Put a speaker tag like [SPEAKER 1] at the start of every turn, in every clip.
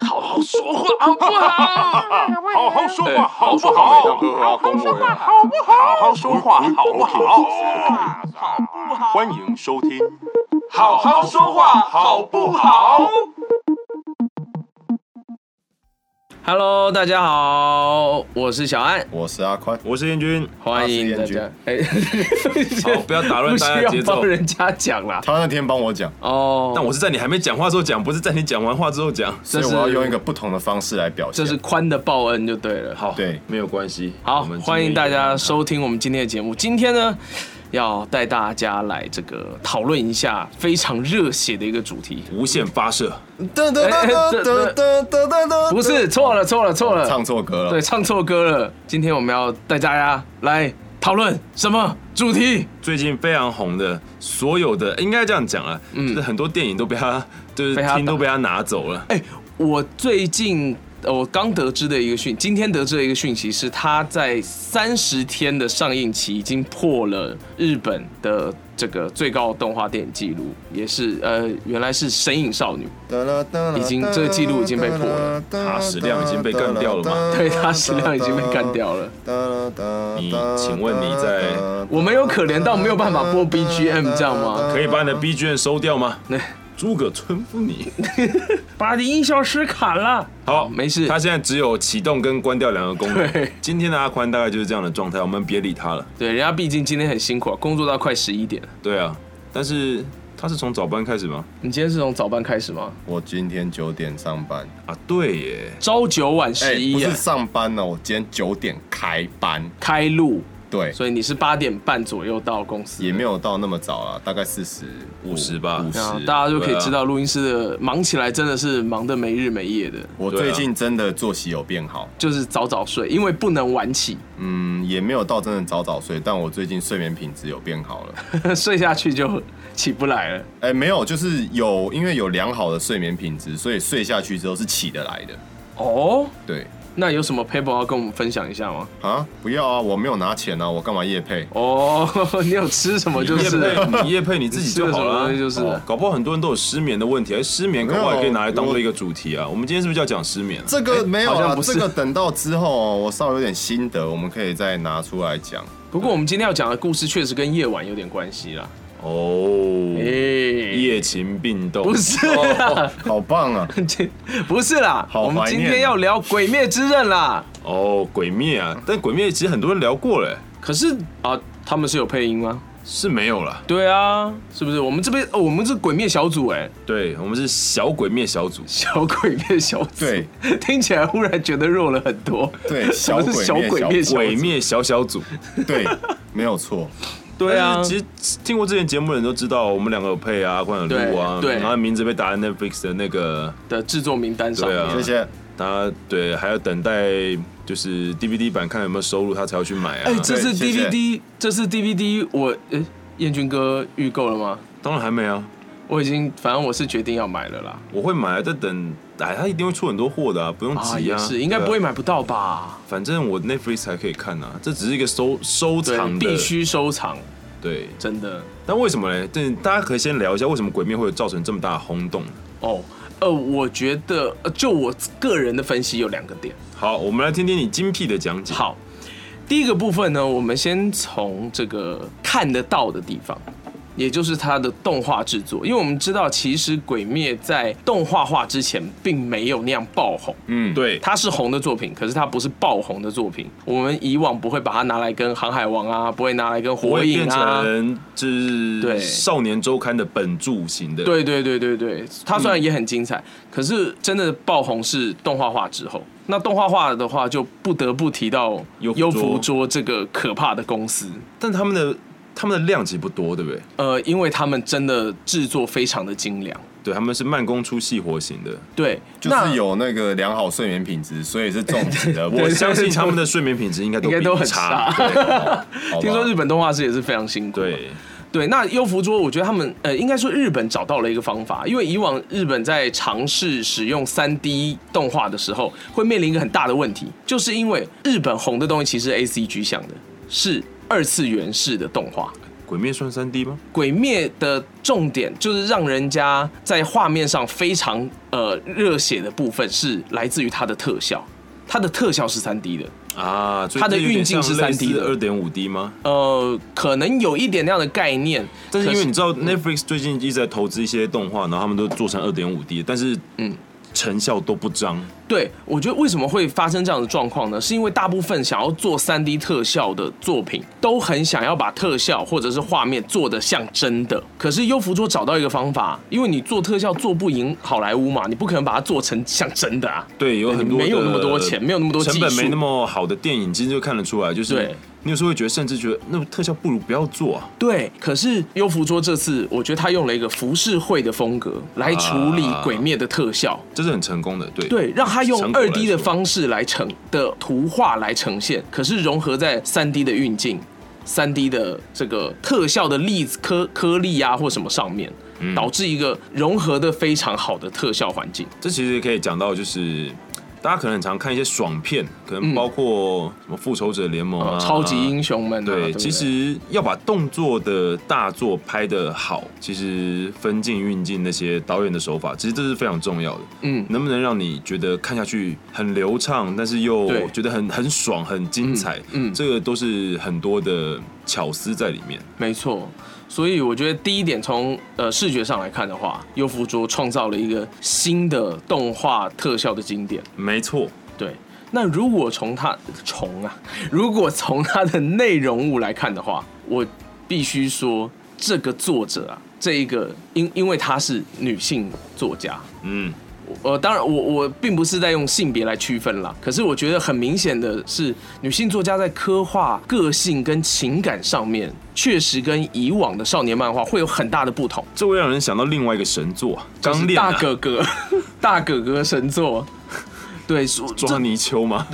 [SPEAKER 1] 好说话好不好？
[SPEAKER 2] 好好说
[SPEAKER 1] 哎
[SPEAKER 2] 话，好不
[SPEAKER 1] 好
[SPEAKER 2] 好？
[SPEAKER 1] 好好说话，
[SPEAKER 2] 好不好？好好说话，好不好？
[SPEAKER 1] 好不好？
[SPEAKER 2] 欢迎收听，
[SPEAKER 1] 好好说话好不好？
[SPEAKER 3] Hello，大家好，我是小安，
[SPEAKER 4] 我是阿宽，
[SPEAKER 2] 我是燕君，
[SPEAKER 3] 欢迎大
[SPEAKER 4] 我是
[SPEAKER 3] 家
[SPEAKER 4] 彦。
[SPEAKER 3] 哎，
[SPEAKER 1] 好，不要打 乱
[SPEAKER 3] 不需
[SPEAKER 1] 大家
[SPEAKER 3] 要
[SPEAKER 1] 节奏
[SPEAKER 3] 帮。人家讲啦。
[SPEAKER 4] 他那天帮我讲，
[SPEAKER 3] 哦，
[SPEAKER 1] 但我是在你还没讲话之后讲，不是在你讲完话之后讲。
[SPEAKER 4] 所以我要用一个不同的方式来表现。
[SPEAKER 3] 这是宽的报恩就对了。
[SPEAKER 1] 好，
[SPEAKER 4] 对
[SPEAKER 1] 没有关系。
[SPEAKER 3] 好
[SPEAKER 1] 我们，今天
[SPEAKER 3] 欢迎大家收听我们今天的节目。今天呢，要带大家来这个讨论一下非常热血的一个主题，
[SPEAKER 1] 无限发射，
[SPEAKER 4] 噔噔
[SPEAKER 3] 哎
[SPEAKER 4] 噔噔 噔噔噔噔，
[SPEAKER 3] 不是错了，错了，错了，
[SPEAKER 4] 唱错歌了。
[SPEAKER 3] 对，唱错歌了。今天我们要带大家来讨论什么主题？
[SPEAKER 1] 最近非常红的，所有的应该这样讲啊，就是很多电影都被他，就是
[SPEAKER 3] 嗯被他
[SPEAKER 1] 厅都被他拿走了。
[SPEAKER 3] 哎、我最近呃我刚得知的一个讯，今天得知的一个讯息是，它在三十天的上映期已经破了日本的这个最高动画电影记录，也是呃原来是《神隐少女》。
[SPEAKER 4] 对
[SPEAKER 3] 已经这个记录已经被破了，
[SPEAKER 4] 他
[SPEAKER 1] 他食量已经被干掉了 吗
[SPEAKER 3] 对，它食量已经被干掉了。
[SPEAKER 4] 了
[SPEAKER 1] 你请问你在
[SPEAKER 3] 我们有可怜到没有办法播 BGM 这样吗？
[SPEAKER 1] 可以把你的 B G M 收掉吗？
[SPEAKER 3] 那
[SPEAKER 1] 诸葛村 夫你。
[SPEAKER 3] 把你音效师砍了。
[SPEAKER 1] 好，
[SPEAKER 3] 没事
[SPEAKER 1] 他现在只有启动跟关掉两个功能
[SPEAKER 3] 对。
[SPEAKER 1] 今天的阿宽大概就是这样的状态，我们别理他了。
[SPEAKER 3] 对，人家毕竟今天很辛苦啊，工作到快十一点。
[SPEAKER 1] 对啊，但是他是从早班开始吗？
[SPEAKER 3] 你今天是从早班开始吗？
[SPEAKER 4] 我今天九点上班，
[SPEAKER 1] 啊，对耶，
[SPEAKER 3] 朝九晚
[SPEAKER 4] 哎
[SPEAKER 3] 十，
[SPEAKER 4] 不
[SPEAKER 3] 一、啊
[SPEAKER 4] 是上班哦呢，我今天九点开班，
[SPEAKER 3] 开路，
[SPEAKER 4] 对，
[SPEAKER 3] 所以你是八点半左右到公司的。
[SPEAKER 4] 也没有到那么早了，大概四十五
[SPEAKER 1] 50吧
[SPEAKER 4] 五
[SPEAKER 3] 啊
[SPEAKER 4] 十，。
[SPEAKER 3] 大家就可
[SPEAKER 1] 对
[SPEAKER 3] 以
[SPEAKER 1] 啊
[SPEAKER 3] 知道录音师的忙起来真的是忙得没日没夜的，
[SPEAKER 4] 我
[SPEAKER 1] 对啊
[SPEAKER 4] 最近真的作息有变好，
[SPEAKER 3] 就是早早睡，因为不能晚起，
[SPEAKER 4] 嗯，也没有到真的早早睡，但我最近睡眠品质有变好了。
[SPEAKER 3] 睡下去就起不来了。
[SPEAKER 4] 哎、没有，就是有，因为有良好的睡眠品质，所以睡下去之后是起得来的。
[SPEAKER 3] 哦，
[SPEAKER 4] 对
[SPEAKER 3] 那有什么 paper 要跟我们分享一下吗？
[SPEAKER 4] 啊，不要啊，我没有拿钱啊，我干嘛夜配？
[SPEAKER 3] 哦， 你有吃什么
[SPEAKER 1] 你
[SPEAKER 3] 就是
[SPEAKER 1] 叶
[SPEAKER 3] 了。
[SPEAKER 1] 配，你叶配你自己就好了啊。
[SPEAKER 3] 你吃了什么东西就是
[SPEAKER 1] 哦搞不好很多人都有失眠的问题，而哎失眠搞不好也可以拿来当做一个主题啊。我们今天是不是就要讲失眠啊？
[SPEAKER 4] 这个没有
[SPEAKER 3] 哎好
[SPEAKER 4] 啊，
[SPEAKER 3] 像不是
[SPEAKER 4] 这个等到之后哦、我稍微有点心得，我们可以再拿出来讲。
[SPEAKER 3] 不过我们今天要讲的故事确实跟夜晚有点关系啦。
[SPEAKER 1] 哦，
[SPEAKER 3] 诶、
[SPEAKER 1] 夜勤病动
[SPEAKER 3] 哎不是啦，
[SPEAKER 4] 好棒啊！
[SPEAKER 3] 不是啦，
[SPEAKER 4] 好怀念啊
[SPEAKER 3] 我们今天要聊《鬼灭之刃》啦。
[SPEAKER 1] 哦，鬼灭啊，但鬼灭其实很多人聊过嘞，
[SPEAKER 3] 可是啊，他们是有配音吗？
[SPEAKER 1] 是没有啦。
[SPEAKER 3] 对啊，是不是？我们这边、哦，我们是鬼灭小组哎、
[SPEAKER 1] 对我们是小鬼灭小组，
[SPEAKER 3] 小鬼灭小组，
[SPEAKER 4] 对，
[SPEAKER 3] 听起来忽然觉得弱了很多。
[SPEAKER 4] 对，
[SPEAKER 3] 什
[SPEAKER 4] 小
[SPEAKER 3] 么是
[SPEAKER 4] 鬼
[SPEAKER 3] 小
[SPEAKER 4] 灭，
[SPEAKER 3] 鬼灭
[SPEAKER 4] 小
[SPEAKER 1] 鬼灭小小组。
[SPEAKER 4] 对，没有错。
[SPEAKER 3] 对啊
[SPEAKER 1] 但，是其实听过之前节目的人都知道，我们两个有配啊，阿宽有录啊，
[SPEAKER 3] 对对
[SPEAKER 1] 然后名字被打在 Netflix 的那个，
[SPEAKER 3] 的制作名单上面，
[SPEAKER 1] 对啊
[SPEAKER 4] 谢谢。
[SPEAKER 1] 他对，还要等待就是 DVD 版看有没有收入，他才要去买啊
[SPEAKER 3] 哎、。这次
[SPEAKER 4] 对谢谢
[SPEAKER 3] DVD，这次 DVD 我，哎，彦君哥预购了吗？
[SPEAKER 1] 当然还没啊，
[SPEAKER 3] 我已经，反正我是决定要买了啦。
[SPEAKER 1] 我会买啊，但等，哎，他一定会出很多货的啊，不用急啊，
[SPEAKER 3] 也是，应该
[SPEAKER 1] 对啊
[SPEAKER 3] 不会，买不到吧？
[SPEAKER 1] 反正我 Netflix 才可以看啊，这只是一个收收
[SPEAKER 3] 对，
[SPEAKER 1] 藏的，
[SPEAKER 3] 必须收藏，
[SPEAKER 1] 对。
[SPEAKER 3] 真的。
[SPEAKER 1] 但为什么呢？这大家可以先聊一下，为什么鬼灭会有造成这么大的轰动？
[SPEAKER 3] 哦，呃，我觉得，呃就我个人的分析有两个点。
[SPEAKER 1] 好，我们来听听你精辟的讲解。，
[SPEAKER 3] 好，第一个部分呢，我们先从这个看得到的地方，也就是它的动画制作，因为我们知道，其实《鬼灭》在动画化之前并没有那样爆红，
[SPEAKER 4] 嗯，，
[SPEAKER 1] 对，
[SPEAKER 3] 它是红的作品，可是它不是爆红的作品。我们以往不会把它拿来跟《航海王》啊，不会拿来跟《
[SPEAKER 1] 我
[SPEAKER 3] 火
[SPEAKER 1] 会
[SPEAKER 3] 影
[SPEAKER 1] 变》
[SPEAKER 3] 啊。
[SPEAKER 1] 成就是
[SPEAKER 3] 对
[SPEAKER 1] 少年周刊的本柱型的，，
[SPEAKER 3] 对对对对对，它虽然也很精彩，可是真的爆红是动画化之后。那动画化的话，就不得不提到
[SPEAKER 1] 优芙
[SPEAKER 3] 优
[SPEAKER 1] 桌
[SPEAKER 3] 芙桌这个可怕的公司。
[SPEAKER 1] 但他们的他们的量级不多，对不对？
[SPEAKER 3] 呃，因为他们真的制作非常的精良，
[SPEAKER 1] 对，他们是慢工出细 活型的。
[SPEAKER 3] 对，
[SPEAKER 4] 就是
[SPEAKER 3] 那
[SPEAKER 4] 有那个良好睡眠品质，所以是 重疾的。我
[SPEAKER 1] 我相信他们的睡眠品质应该都
[SPEAKER 3] 应该都
[SPEAKER 1] 比
[SPEAKER 3] 很
[SPEAKER 1] 你差。
[SPEAKER 3] 差
[SPEAKER 1] 对
[SPEAKER 4] 好吧
[SPEAKER 3] 听说日本动画师也是非常辛苦嘛，
[SPEAKER 1] 对，
[SPEAKER 3] 对，那优芙桌，我觉得他们呃，应该说日本找到了一个方法，因为以往日本在尝试使用三 D 动画的时候，会面临一个很大的问题，就是因为日本红的东西其实是 A C G 向的，是二次元式的动画。
[SPEAKER 1] 鬼灭》算三 D 吗？
[SPEAKER 3] 《鬼灭》的重点就是让人家在画面上非常呃热血的部分是来自于它的特效，它的特效是三 D 的，
[SPEAKER 1] 啊，所以
[SPEAKER 3] 它的
[SPEAKER 1] 这有点
[SPEAKER 3] 运镜
[SPEAKER 1] 像
[SPEAKER 3] 是
[SPEAKER 1] 类
[SPEAKER 3] 3D 的
[SPEAKER 1] 二点五 D 吗？
[SPEAKER 3] 呃，可能有一点那样的概念，
[SPEAKER 1] 但是因
[SPEAKER 3] 可嗯
[SPEAKER 1] 为你知道 Netflix 最近一直在投资一些动画，然后他们都做成二点五 D，但是嗯，成效都不彰。
[SPEAKER 3] 对，我觉得为什么会发生这样的状况呢？是因为大部分想要做 3D 特效的作品，都很想要把特效或者是画面做得像真的。可是优芙桌找到一个方法，因为你做特效做不赢好莱坞嘛，你不可能把它做成像真的啊。
[SPEAKER 1] 对，有很多
[SPEAKER 3] 没有那么
[SPEAKER 1] 的
[SPEAKER 3] 多钱没有那么多技
[SPEAKER 1] 成
[SPEAKER 3] 术
[SPEAKER 1] 本，没那么好的电影，其实就看得出来，就是
[SPEAKER 3] 对
[SPEAKER 1] 你有时候会觉得，甚至觉得那特效不如不要做啊。
[SPEAKER 3] 对，可是优芙桌这次，我觉得他用了一个浮世绘的风格来处理
[SPEAKER 1] 啊
[SPEAKER 3] 《鬼灭》的特效。
[SPEAKER 1] 这是很成功的，对
[SPEAKER 3] 对，让他用
[SPEAKER 1] 成果
[SPEAKER 3] 二
[SPEAKER 1] 来
[SPEAKER 3] D 的
[SPEAKER 1] 说
[SPEAKER 3] 方式来呈的图画来呈现，可是融合在三 D 的运镜、三 D 的这个特效的粒子颗颗粒啊或什么上面，
[SPEAKER 1] 嗯
[SPEAKER 3] 导致一个融合的非常好的特效环境。
[SPEAKER 1] 这其实可以讲到，就是大家可能很常看一些爽片，可能包括什么《复仇者联盟》
[SPEAKER 3] 呃
[SPEAKER 1] 啊，
[SPEAKER 3] 嗯超级英雄们、啊，
[SPEAKER 1] 对，
[SPEAKER 3] 不
[SPEAKER 1] 其实要把动作的大作拍得好，其实分镜、运镜那些导演的手法，其实这是非常重要的。
[SPEAKER 3] 嗯
[SPEAKER 1] 能不能让你觉得看下去很流畅，但是又
[SPEAKER 3] 对
[SPEAKER 1] 觉得很很爽、很精彩？
[SPEAKER 3] 嗯嗯
[SPEAKER 1] 这个都是很多的巧思在里面。
[SPEAKER 3] 没错。所以我觉得第一点从呃视觉上来看的话，优芙卓创造了一个新的动画特效的经典。
[SPEAKER 1] 没错，
[SPEAKER 3] 对，那如果从它从啊，如果从它的内容物来看的话，我必须说这个作者啊，这一个因因为她是女性作家，
[SPEAKER 1] 嗯，
[SPEAKER 3] 呃，当然我我并不是在用性别来区分啦，可是我觉得很明显的是，女性作家在刻画个性跟情感上面，确实跟以往的少年漫画会有很大的不同。
[SPEAKER 1] 这会让人想到另外一个神作《
[SPEAKER 3] 就是
[SPEAKER 1] 钢炼》
[SPEAKER 3] 大
[SPEAKER 1] 啊，
[SPEAKER 3] 哥哥， 大哥哥神作，对，所这
[SPEAKER 1] 抓泥鳅吗？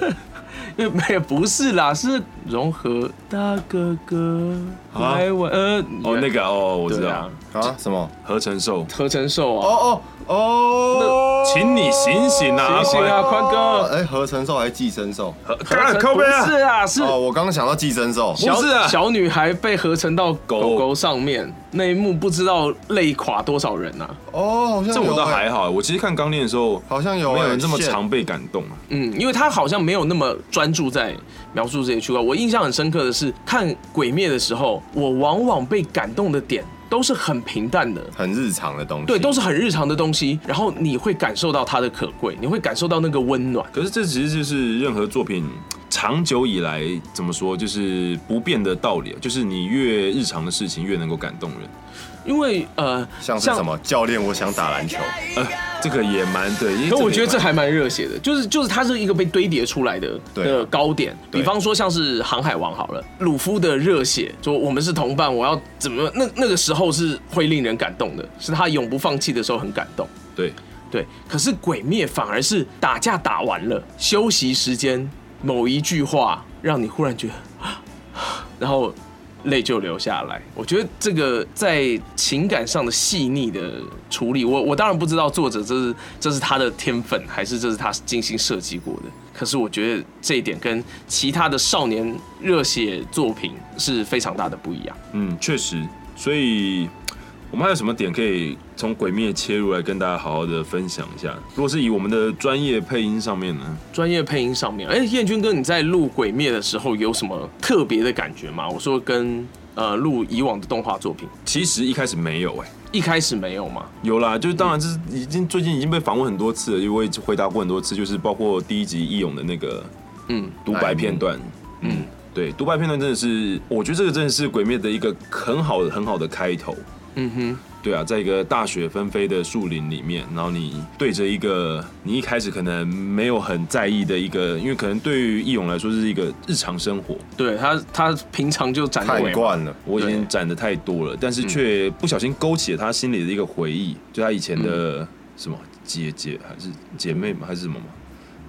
[SPEAKER 3] 呃 没有，不是啦，是融合大哥哥
[SPEAKER 1] 啊
[SPEAKER 3] 来玩呃
[SPEAKER 1] 哦，那个哦，我知
[SPEAKER 3] 对
[SPEAKER 1] 道
[SPEAKER 3] 啊，，
[SPEAKER 4] 啊？什么？
[SPEAKER 1] 合成兽。
[SPEAKER 3] 合成兽啊，
[SPEAKER 4] 哦哦哦！
[SPEAKER 1] 请你醒醒啊！
[SPEAKER 3] 醒醒啊
[SPEAKER 1] 阿宽
[SPEAKER 3] 宽哥
[SPEAKER 4] 哎，合成兽还是寄生兽？
[SPEAKER 1] 呃
[SPEAKER 3] 合成
[SPEAKER 1] 干哦靠背啊
[SPEAKER 3] 不！是啊，是
[SPEAKER 4] 哦，我刚刚想到寄生兽。
[SPEAKER 1] 不是啊
[SPEAKER 3] 小女孩被合成到
[SPEAKER 1] 狗
[SPEAKER 3] 狗狗上面那一幕，不知道累垮多少人啊。
[SPEAKER 4] 哦，好像
[SPEAKER 1] 这我
[SPEAKER 4] 有
[SPEAKER 1] 倒
[SPEAKER 4] 哎
[SPEAKER 1] 还好，我其实看《钢炼》的时候，
[SPEAKER 4] 好像有
[SPEAKER 3] 哦
[SPEAKER 1] 没有
[SPEAKER 4] 哎
[SPEAKER 1] 人这么
[SPEAKER 4] 线
[SPEAKER 1] 常被感动啊。
[SPEAKER 3] 嗯，因为他好像没有那么专注在描述这些区块。我印象很深刻的是，看《鬼灭》的时候，我往往被感动的点都是很平淡的，
[SPEAKER 4] 很日常的东西。
[SPEAKER 3] 对，都是很日常的东西。然后你会感受到它的可贵，你会感受到那个温暖。
[SPEAKER 1] 可是这其实就是任何作品长久以来怎么说，就是不变的道理啊，就是你越日常的事情越能够感动人。
[SPEAKER 3] 因为呃，
[SPEAKER 4] 像是什？么教练，我想打篮球。
[SPEAKER 1] 呃，这个也蛮对，因为
[SPEAKER 3] 可我觉得
[SPEAKER 1] 也
[SPEAKER 3] 这
[SPEAKER 1] 蛮
[SPEAKER 3] 还蛮热血的，就是就是它是一个被堆叠出来的
[SPEAKER 4] 对
[SPEAKER 3] 的高点。
[SPEAKER 4] 对
[SPEAKER 3] 比方说像是《航海王》好了，鲁夫的热血，说我们是同伴，我要怎么那那个时候是会令人感动的，是他永不放弃的时候很感动。
[SPEAKER 1] 对，
[SPEAKER 3] 对，可是《鬼灭》反而是打架打完了，休息时间某一句话让你忽然觉得，然后泪就流下来。我觉得这个在情感上的细腻的处理，我我当然不知道作者这是这是他的天分，还是这是他精心设计过的。可是我觉得这一点跟其他的少年热血作品是非常大的不一样。
[SPEAKER 1] 嗯，确实。所以我们还有什么点可以从《鬼灭》切入来跟大家好好的分享一下？如果是以我们的专业配音上面呢？
[SPEAKER 3] 专业配音上面，哎、彦军哥，你在录《鬼灭》的时候有什么特别的感觉吗？我说跟呃录以往的动画作品，
[SPEAKER 1] 其实一开始没有哎、
[SPEAKER 3] 一开始没有嘛？
[SPEAKER 1] 有啦，就是当然这是已经最近已经被访问很多次了，因为我也回答过很多次，就是包括第一集义勇的那个
[SPEAKER 3] 嗯，
[SPEAKER 1] 独白片段，嗯，对，独白片段真的是，我觉得这个真的是《鬼灭》的一个很好很好的开头。
[SPEAKER 3] 嗯哼，
[SPEAKER 1] 对啊，在一个大雪纷飞的树林里面，然后你对着一个你一开始可能没有很在意的一个，因为可能对于义勇来说是一个日常生活，
[SPEAKER 3] 对他他平常就展
[SPEAKER 4] 看
[SPEAKER 3] 鬼嘛，
[SPEAKER 4] 惯了，
[SPEAKER 1] 我已
[SPEAKER 3] 对
[SPEAKER 1] 经攒的太多了，但是却不小心勾起了他心里的一个回忆，就他以前的什么姐姐还是姐妹吗？还是什么吗？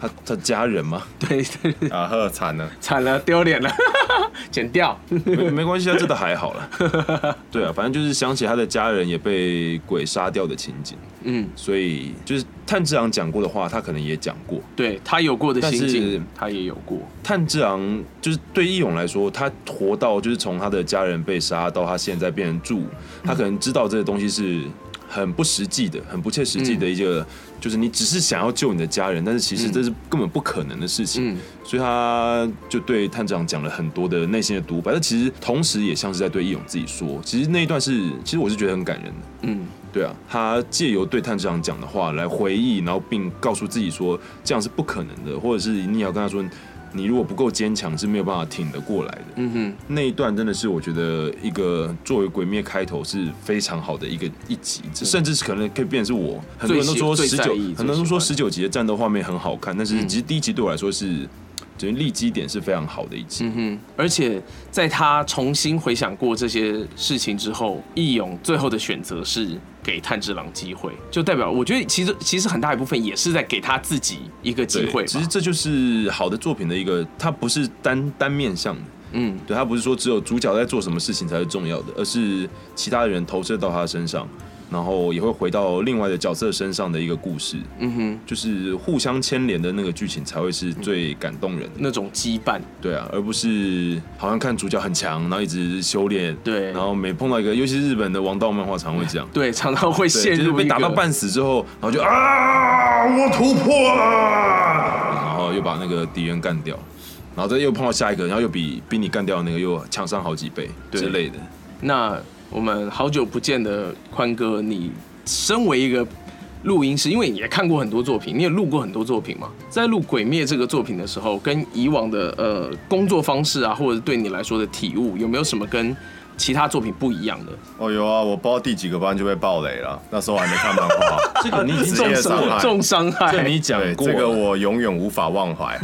[SPEAKER 1] 他他家人吗？
[SPEAKER 3] 对对，对
[SPEAKER 4] 啊，呵，惨了，
[SPEAKER 3] 惨了，丢脸了， 剪掉。
[SPEAKER 1] 没没关系啊，这个还好了。 对啊，反正就是想起他的家人也被鬼杀掉的情景，
[SPEAKER 3] 嗯，
[SPEAKER 1] 所以就是炭治郎讲过的话，他可能也讲过。
[SPEAKER 3] 对他有过的
[SPEAKER 1] 但
[SPEAKER 3] 心
[SPEAKER 1] 是
[SPEAKER 3] 境，他也有过。
[SPEAKER 1] 炭治郎就是对义勇来说，他活到就是从他的家人被杀到他现在变成柱，他可能知道这个东西是很不实际的、很不切实际的一个，就是你只是想要救你的家人，但是其实这是根本不可能的事情。
[SPEAKER 3] 嗯
[SPEAKER 1] 所以他就对探长讲了很多的内心的独白，但其实同时也像是在对义勇自己说，其实那一段是，其实我是觉得很感人的。
[SPEAKER 3] 嗯，
[SPEAKER 1] 对啊，他借由对探长讲的话来回忆，然后并告诉自己说这样是不可能的，或者是你也要跟他说，你如果不够坚强是没有办法挺得过来的。
[SPEAKER 3] 嗯哼，
[SPEAKER 1] 那一段真的是我觉得一个作为《鬼灭》开头是非常好的一个一集，这甚至是可能可以变成是我很多人都
[SPEAKER 3] 嗯
[SPEAKER 1] 说
[SPEAKER 3] 最
[SPEAKER 1] 十
[SPEAKER 3] 喜嗯
[SPEAKER 1] 九，
[SPEAKER 3] 最在意
[SPEAKER 1] 很多人都
[SPEAKER 3] 最
[SPEAKER 1] 说
[SPEAKER 3] 喜
[SPEAKER 1] 十九集的战斗画面很好看，但是其实第一集对我来说是，就是立基点是非常好的一集。
[SPEAKER 3] 嗯，而且在他重新回想过这些事情之后，义勇最后的选择是给炭治郎机会，就代表我觉得其实其实很大一部分也是在给他自己一个机
[SPEAKER 1] 对，
[SPEAKER 3] 会
[SPEAKER 1] 其
[SPEAKER 3] 吧
[SPEAKER 1] 实。这就是好的作品的一个，它不是单单面向的，
[SPEAKER 3] 嗯，
[SPEAKER 1] 对，它不是说只有主角在做什么事情才是重要的，而是其他的人投射到他身上，然后也会回到另外的角色身上的一个故事，
[SPEAKER 3] 嗯哼，
[SPEAKER 1] 就是互相牵连的那个剧情才会是最感动人的，
[SPEAKER 3] 那种羁绊，
[SPEAKER 1] 对啊，而不是好像看主角很强，然后一直修炼，
[SPEAKER 3] 对
[SPEAKER 1] 然后每碰到一个，尤其是日本的王道漫画常会这样。
[SPEAKER 3] 对，常常会
[SPEAKER 1] 对
[SPEAKER 3] 陷
[SPEAKER 1] 就是
[SPEAKER 3] 入
[SPEAKER 1] 被
[SPEAKER 3] 一
[SPEAKER 1] 打到
[SPEAKER 3] 个
[SPEAKER 1] 半死之后，然后就啊，我突破了，然后又把那个敌人干掉，然后再又碰到下一个，然后又比比你干掉的那个又强上好几倍
[SPEAKER 3] 对
[SPEAKER 1] 之类的。
[SPEAKER 3] 那我们好久不见的宽哥，你身为一个录音师，因为你也看过很多作品，你也录过很多作品嘛，在录《鬼灭》这个作品的时候，跟以往的呃工作方式啊，或者对你来说的体悟，有没有什么跟其他作品不一样的？
[SPEAKER 4] 哦有啊，我不知道第几个班就被爆雷了，那时候还没看漫画，
[SPEAKER 1] 这个你已
[SPEAKER 4] 职
[SPEAKER 1] 经讲
[SPEAKER 4] 业
[SPEAKER 1] 过
[SPEAKER 4] 伤害
[SPEAKER 1] 了，
[SPEAKER 3] 重伤
[SPEAKER 1] 这
[SPEAKER 3] 害，
[SPEAKER 1] 你讲
[SPEAKER 4] 啊对，
[SPEAKER 1] 过
[SPEAKER 4] 这个
[SPEAKER 1] 了
[SPEAKER 4] 我永远无法忘 怀，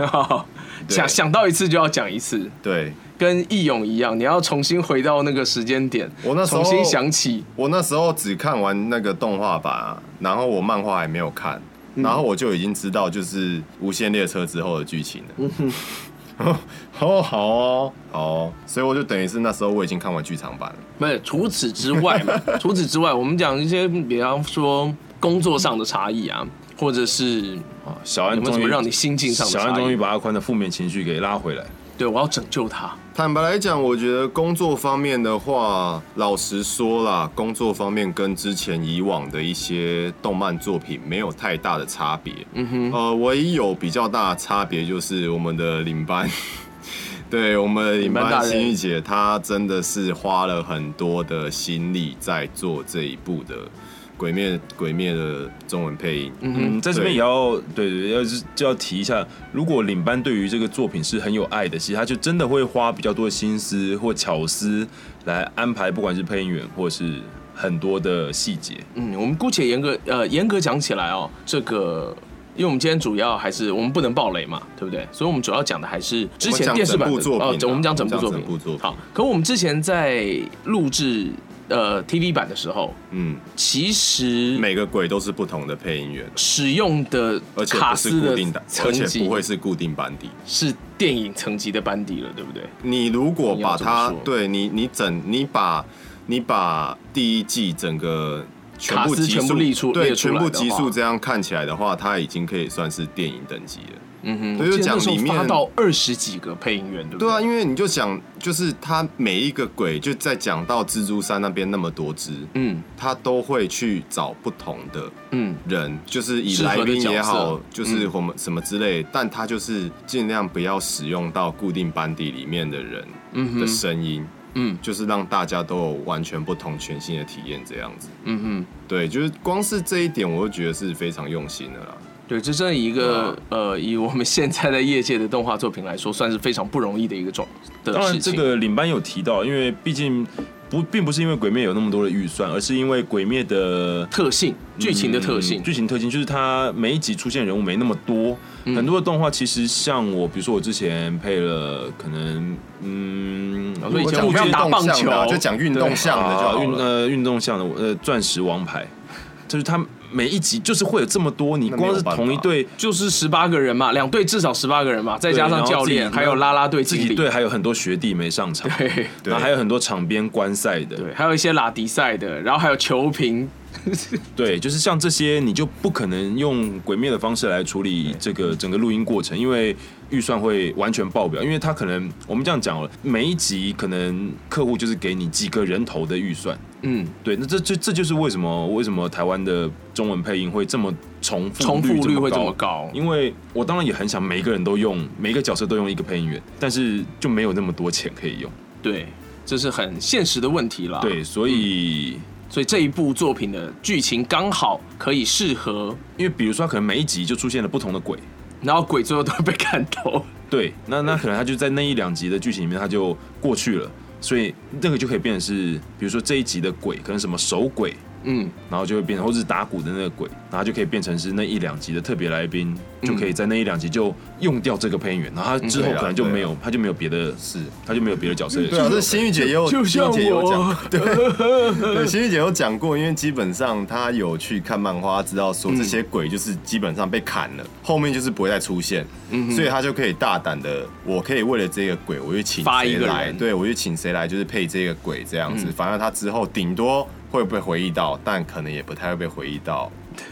[SPEAKER 4] 对
[SPEAKER 3] 想想到一次就要讲一次，
[SPEAKER 4] 对。
[SPEAKER 3] 跟义勇一样，你要重新回到那个时间点，
[SPEAKER 4] 我那时候
[SPEAKER 3] 重新想起，
[SPEAKER 4] 我那时候只看完那个动画版啊，然后我漫画还没有看，
[SPEAKER 1] 嗯
[SPEAKER 4] 然后我就已经知道就是《无限列车》之后的剧情
[SPEAKER 1] 嗯
[SPEAKER 4] 了。 哦，好哦，好哦，所以我就等于是那时候我已经看完剧场版了。
[SPEAKER 3] 不是，除此之外 嘛，除此之外，我们讲一些，比方说工作上的差异啊，或者是
[SPEAKER 1] 啊小
[SPEAKER 3] 有
[SPEAKER 1] 安
[SPEAKER 3] 没有
[SPEAKER 1] 终
[SPEAKER 3] 什么
[SPEAKER 1] 于
[SPEAKER 3] 让你心境上的
[SPEAKER 1] 小安
[SPEAKER 3] 差
[SPEAKER 1] 终于
[SPEAKER 3] 异？
[SPEAKER 1] 把阿宽的负面情绪给拉回来。
[SPEAKER 3] 对，我要拯救他。
[SPEAKER 4] 坦白来讲，我觉得工作方面的话，老实说啦，工作方面跟之前以往的一些动漫作品没有太大的差别。嗯哼，呃，唯一有比较大的差别就是我们的领班， 对我们的领
[SPEAKER 3] 领班大
[SPEAKER 4] 班
[SPEAKER 3] 人
[SPEAKER 4] 心玉姐，她真的是花了很多的心力在做这一部的《鬼灭》《鬼灭》的中文配音。嗯
[SPEAKER 1] 嗯，在这边
[SPEAKER 4] 对
[SPEAKER 1] 也要对对，要是就要提一下，如果领班对于这个作品是很有爱的，其实他就真的会花比较多的心思或巧思来安排，不管是配音员或是很多的细节。
[SPEAKER 3] 嗯，我们姑且严格呃严格讲起来哦，这个。因为我们今天主要还是我们不能爆雷嘛，对不对？所以我们主要讲的还是之前电视版的
[SPEAKER 4] 我们讲整部
[SPEAKER 3] 哦我们讲整部作
[SPEAKER 4] 作品啊我们讲
[SPEAKER 3] 品。
[SPEAKER 4] 整部作品
[SPEAKER 3] 好，可我们之前在录制呃 TV 版的时候，
[SPEAKER 4] 嗯，
[SPEAKER 3] 其实
[SPEAKER 4] 每个鬼都是不同的配音员。
[SPEAKER 3] 使用的
[SPEAKER 4] 而且
[SPEAKER 3] 卡
[SPEAKER 4] 不
[SPEAKER 3] 斯
[SPEAKER 4] 是固
[SPEAKER 3] 的
[SPEAKER 4] 定的，
[SPEAKER 3] 层
[SPEAKER 4] 而
[SPEAKER 3] 级
[SPEAKER 4] 且不会是固定班底。
[SPEAKER 3] 是电影层级的班底了，对不对？
[SPEAKER 4] 你如果把
[SPEAKER 3] 你要
[SPEAKER 4] 它
[SPEAKER 3] 怎么说
[SPEAKER 4] 对你，你整你把你把第一季整个全
[SPEAKER 3] 卡
[SPEAKER 4] 部
[SPEAKER 3] 斯
[SPEAKER 4] 集
[SPEAKER 3] 全部
[SPEAKER 4] 数
[SPEAKER 3] 列出列
[SPEAKER 4] 对
[SPEAKER 3] 出
[SPEAKER 4] 全
[SPEAKER 3] 来
[SPEAKER 4] 部
[SPEAKER 3] 的
[SPEAKER 4] 集
[SPEAKER 3] 话
[SPEAKER 4] 数这样看起来的话，它已经可以算是电影等级了。
[SPEAKER 3] 嗯哼，
[SPEAKER 4] 对就
[SPEAKER 3] 我记得那
[SPEAKER 4] 讲
[SPEAKER 3] 时候
[SPEAKER 4] 里面
[SPEAKER 3] 发到二十几个配音员，对不
[SPEAKER 4] 对啊，因为你就想，就是它每一个鬼，就在讲到蜘蛛山那边那么多只，
[SPEAKER 3] 嗯
[SPEAKER 4] 它都会去找不同的
[SPEAKER 3] 嗯，
[SPEAKER 4] 人，就是以
[SPEAKER 3] 适合
[SPEAKER 4] 来
[SPEAKER 3] 的
[SPEAKER 4] 宾也
[SPEAKER 3] 角
[SPEAKER 4] 好
[SPEAKER 3] 色，嗯
[SPEAKER 4] 就是我们什么之类，但他就是尽量不要使用到固定班底里面的人的声音，
[SPEAKER 3] 嗯，
[SPEAKER 4] 就是让大家都有完全不同、全新的体验，这样子。
[SPEAKER 3] 嗯
[SPEAKER 4] 对，就是光是这一点，我就觉得是非常用心的啦。
[SPEAKER 3] 哼，对，这真的一个呃，以我们现在的业界的动画作品来说，算是非常不容易的一个种的
[SPEAKER 1] 当
[SPEAKER 3] 事
[SPEAKER 1] 然，这
[SPEAKER 3] 情。
[SPEAKER 1] 个领班有提到，因为毕竟不并不是因为鬼灭有那么多的预算，而是因为鬼灭的
[SPEAKER 3] 特性，剧情的特性
[SPEAKER 1] 嗯，剧情特性就是它每一集出现人物没那么多，很多的动画其实像我，比如说我之前配了可能嗯，
[SPEAKER 3] 所以以前
[SPEAKER 4] 如
[SPEAKER 3] 我
[SPEAKER 4] 果
[SPEAKER 3] 们
[SPEAKER 4] 讲
[SPEAKER 3] 要
[SPEAKER 4] 运
[SPEAKER 3] 打
[SPEAKER 4] 动
[SPEAKER 3] 棒
[SPEAKER 4] 项的啊
[SPEAKER 3] 球，哦
[SPEAKER 4] 就讲运动项的就
[SPEAKER 1] 啊
[SPEAKER 4] 好
[SPEAKER 1] 运
[SPEAKER 4] 了。
[SPEAKER 1] 呃运动项的我呃钻石王牌，就是他每一集就是会有这么多，你
[SPEAKER 4] 那没有
[SPEAKER 1] 光是
[SPEAKER 4] 办
[SPEAKER 1] 同一
[SPEAKER 4] 法
[SPEAKER 1] 队
[SPEAKER 3] 就是十八个人嘛，两队至少十八个人嘛，再
[SPEAKER 1] 对
[SPEAKER 3] 加
[SPEAKER 1] 然
[SPEAKER 3] 上
[SPEAKER 1] 后
[SPEAKER 3] 教
[SPEAKER 1] 自己
[SPEAKER 3] 练，还有啦啦队
[SPEAKER 1] 自
[SPEAKER 3] 经
[SPEAKER 1] 己
[SPEAKER 3] 理，
[SPEAKER 1] 队还有很多学弟没上场，
[SPEAKER 3] 对
[SPEAKER 1] 然后还有很多场边观赛的，
[SPEAKER 3] 对，还有一些拉迪赛的，然后还有球评，
[SPEAKER 1] 对，就是像这些，你就不可能用鬼灭的方式来处理这个整个录音过程，因为预算会完全爆表。因为他可能我们这样讲好了，每一集可能客户就是给你几个人头的预算，
[SPEAKER 3] 嗯，
[SPEAKER 1] 对，那这这这就是为什么为什么台湾的中文配音会这么重复
[SPEAKER 3] 重复率
[SPEAKER 1] 么
[SPEAKER 3] 会这
[SPEAKER 1] 高
[SPEAKER 3] 么高
[SPEAKER 1] 因为我当然也很想每一个人都用，每一个角色都用一个配音员，但是就没有那么多钱可以用。
[SPEAKER 3] 对，这是很现实的问题啦。
[SPEAKER 1] 对，，所以。
[SPEAKER 3] 所以这一部作品的剧情刚好可以适合，
[SPEAKER 1] 因为比如说，他可能每一集就出现了不同的鬼，
[SPEAKER 3] 然后鬼最后都会被砍头。
[SPEAKER 1] 对，那那可能他就在那一两集的剧情里面他就过去了，所以那个就可以变成是，比如说这一集的鬼，可能什么手鬼，
[SPEAKER 3] 嗯，
[SPEAKER 1] 然后就会变成，或是打鼓的那个鬼，然后就可以变成是那一两集的特别来宾，就可以在那一两集就用掉这个配音员，然后他之后
[SPEAKER 4] 对啊
[SPEAKER 1] 可能就
[SPEAKER 4] 对啊
[SPEAKER 1] 没有，他就没有别的，
[SPEAKER 4] 是。
[SPEAKER 1] 他就没有别的角色。
[SPEAKER 4] 对啊，这新玉姐也有，
[SPEAKER 3] 就
[SPEAKER 4] 新玉
[SPEAKER 3] 像
[SPEAKER 4] 姐也有
[SPEAKER 3] 我
[SPEAKER 4] 讲，，对，新玉姐有讲过，因为基本上她有去看漫画，知道
[SPEAKER 3] 嗯
[SPEAKER 4] 说这些鬼就是基本上被砍了，后面就是不会再出现，
[SPEAKER 3] 嗯
[SPEAKER 4] 所以她就可以大胆的，我可以为了这个鬼，我就请
[SPEAKER 3] 发一
[SPEAKER 4] 谁
[SPEAKER 3] 个
[SPEAKER 4] 来，
[SPEAKER 3] 人嗯
[SPEAKER 4] 对我就请谁来，就是配这个鬼这样子，反正她之后顶多会被回忆到，但可能也不太会被回忆到。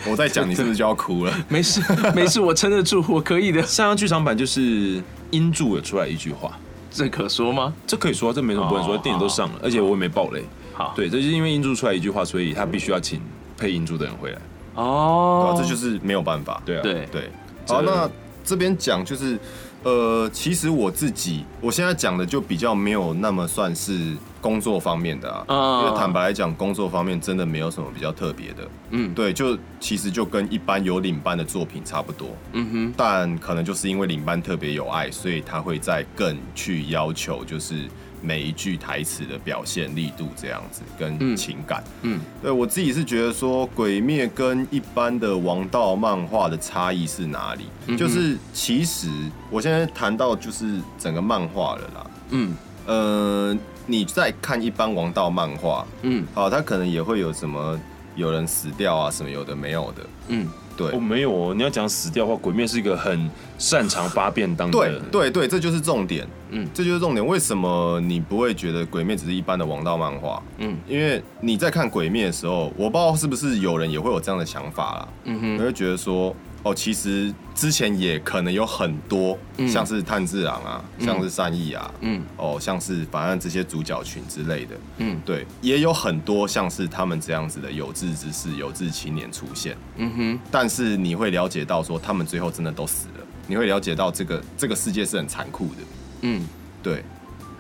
[SPEAKER 4] 我在讲，你是不是就要 哭了？
[SPEAKER 3] 没 事没事，我撑得住，我可以的。
[SPEAKER 1] 上央剧场版就是音柱有出来一句话，
[SPEAKER 3] 这可说吗？
[SPEAKER 1] 这可以说，这没什么不能说，
[SPEAKER 3] 哦
[SPEAKER 1] 电影都上了，而且我也没爆雷。
[SPEAKER 3] 好，
[SPEAKER 1] 对，这就是因为音柱出来一句话，所以他必须要请配音柱的人回来。
[SPEAKER 3] 哦
[SPEAKER 4] 对啊，这就是没有办法。
[SPEAKER 1] 对啊，
[SPEAKER 3] 对
[SPEAKER 4] 对，
[SPEAKER 1] 这
[SPEAKER 4] 好，那这边讲就是，呃，其实我自己我现在讲的就比较没有那么算是工作方面的啊，
[SPEAKER 3] 嗯
[SPEAKER 4] 因为坦白来讲，工作方面真的没有什么比较特别的。
[SPEAKER 3] 嗯
[SPEAKER 4] 对，就其实就跟一般有领班的作品差不多，
[SPEAKER 3] 嗯哼，
[SPEAKER 4] 但可能就是因为领班特别有爱，所以他会再更去要求就是每一句台词的表现力度这样子
[SPEAKER 3] 嗯
[SPEAKER 4] 跟情感。
[SPEAKER 3] 嗯，
[SPEAKER 4] 对我自己是觉得说，《鬼灭》跟一般的王道漫画的差异是哪里？
[SPEAKER 3] 嗯
[SPEAKER 4] 就是其实我现在谈到就是整个漫画了啦。
[SPEAKER 3] 嗯
[SPEAKER 4] 呃，你在看一般王道漫画，
[SPEAKER 3] 嗯
[SPEAKER 4] 好，它可能也会有什么有人死掉啊，什么有的没有的。
[SPEAKER 3] 嗯，
[SPEAKER 4] 对，
[SPEAKER 1] 哦，没有哦，你要讲死掉的话，鬼面是一个很擅长发便当的。
[SPEAKER 4] 对对对，这就是重点。
[SPEAKER 3] 嗯
[SPEAKER 4] 嗯，这就是重点。为什么你不会觉得《鬼灭》只是一般的王道漫画？
[SPEAKER 3] 嗯
[SPEAKER 4] 嗯，因为你在看《鬼灭》的时候，我不知道是不是有人也会有这样的想法啦。嗯哼，我就觉得说，哦，其实之前也可能有很多，像是炭治郎啊，像是善逸啊，
[SPEAKER 3] 嗯
[SPEAKER 4] 嗯，哦，像是反正这些主角群之类的，
[SPEAKER 3] 嗯
[SPEAKER 4] 嗯，对，也有很多像是他们这样子的有志之士、有志青年出现。
[SPEAKER 3] 嗯
[SPEAKER 4] 但是你会了解到说，他们最后真的都死了。你会了解到这个这个世界是很残酷的。
[SPEAKER 3] 嗯，
[SPEAKER 4] 对。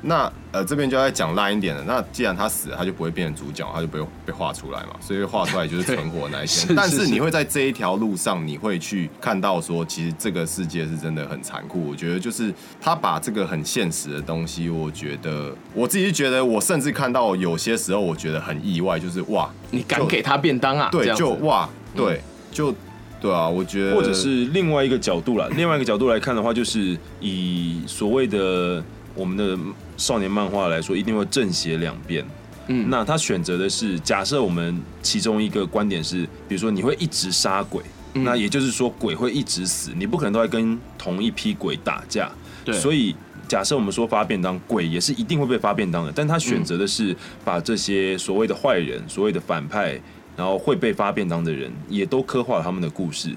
[SPEAKER 4] 那呃，这边就要讲烂一点了。那既然他死了，他就不会变成主角，他就不会被画出来嘛。所以画出来就是存活的那
[SPEAKER 3] 对
[SPEAKER 4] 一
[SPEAKER 3] 是
[SPEAKER 4] 天。但
[SPEAKER 3] 是
[SPEAKER 4] 是
[SPEAKER 3] 是
[SPEAKER 4] 你会在这一条路上，你会去看到说，其实这个世界是真的很残酷。我觉得就是他把这个很现实的东西，我觉得我自己是觉得，我甚至看到有些时候我觉得很意外，就是哇，
[SPEAKER 3] 你敢
[SPEAKER 4] 就
[SPEAKER 3] 给他便当啊？这
[SPEAKER 4] 对，
[SPEAKER 3] 样子
[SPEAKER 4] 就哇，对，就对啊，我觉得
[SPEAKER 1] 或者是另外一个角度啦，另外一个角度来看的话，就是以所谓的我们的少年漫画来说，一定会正邪两边。
[SPEAKER 3] 嗯
[SPEAKER 1] 嗯，那他选择的是，假设我们其中一个观点是，比如说你会一直杀鬼，那也就是说鬼会一直死，你不可能都在跟同一批鬼打架。
[SPEAKER 3] 对
[SPEAKER 1] 所以假设我们说发便当，鬼也是一定会被发便当的，但他选择的是把这些所谓的坏人、所谓的反派，然后会被发便当的人，也都刻画了他们的故事。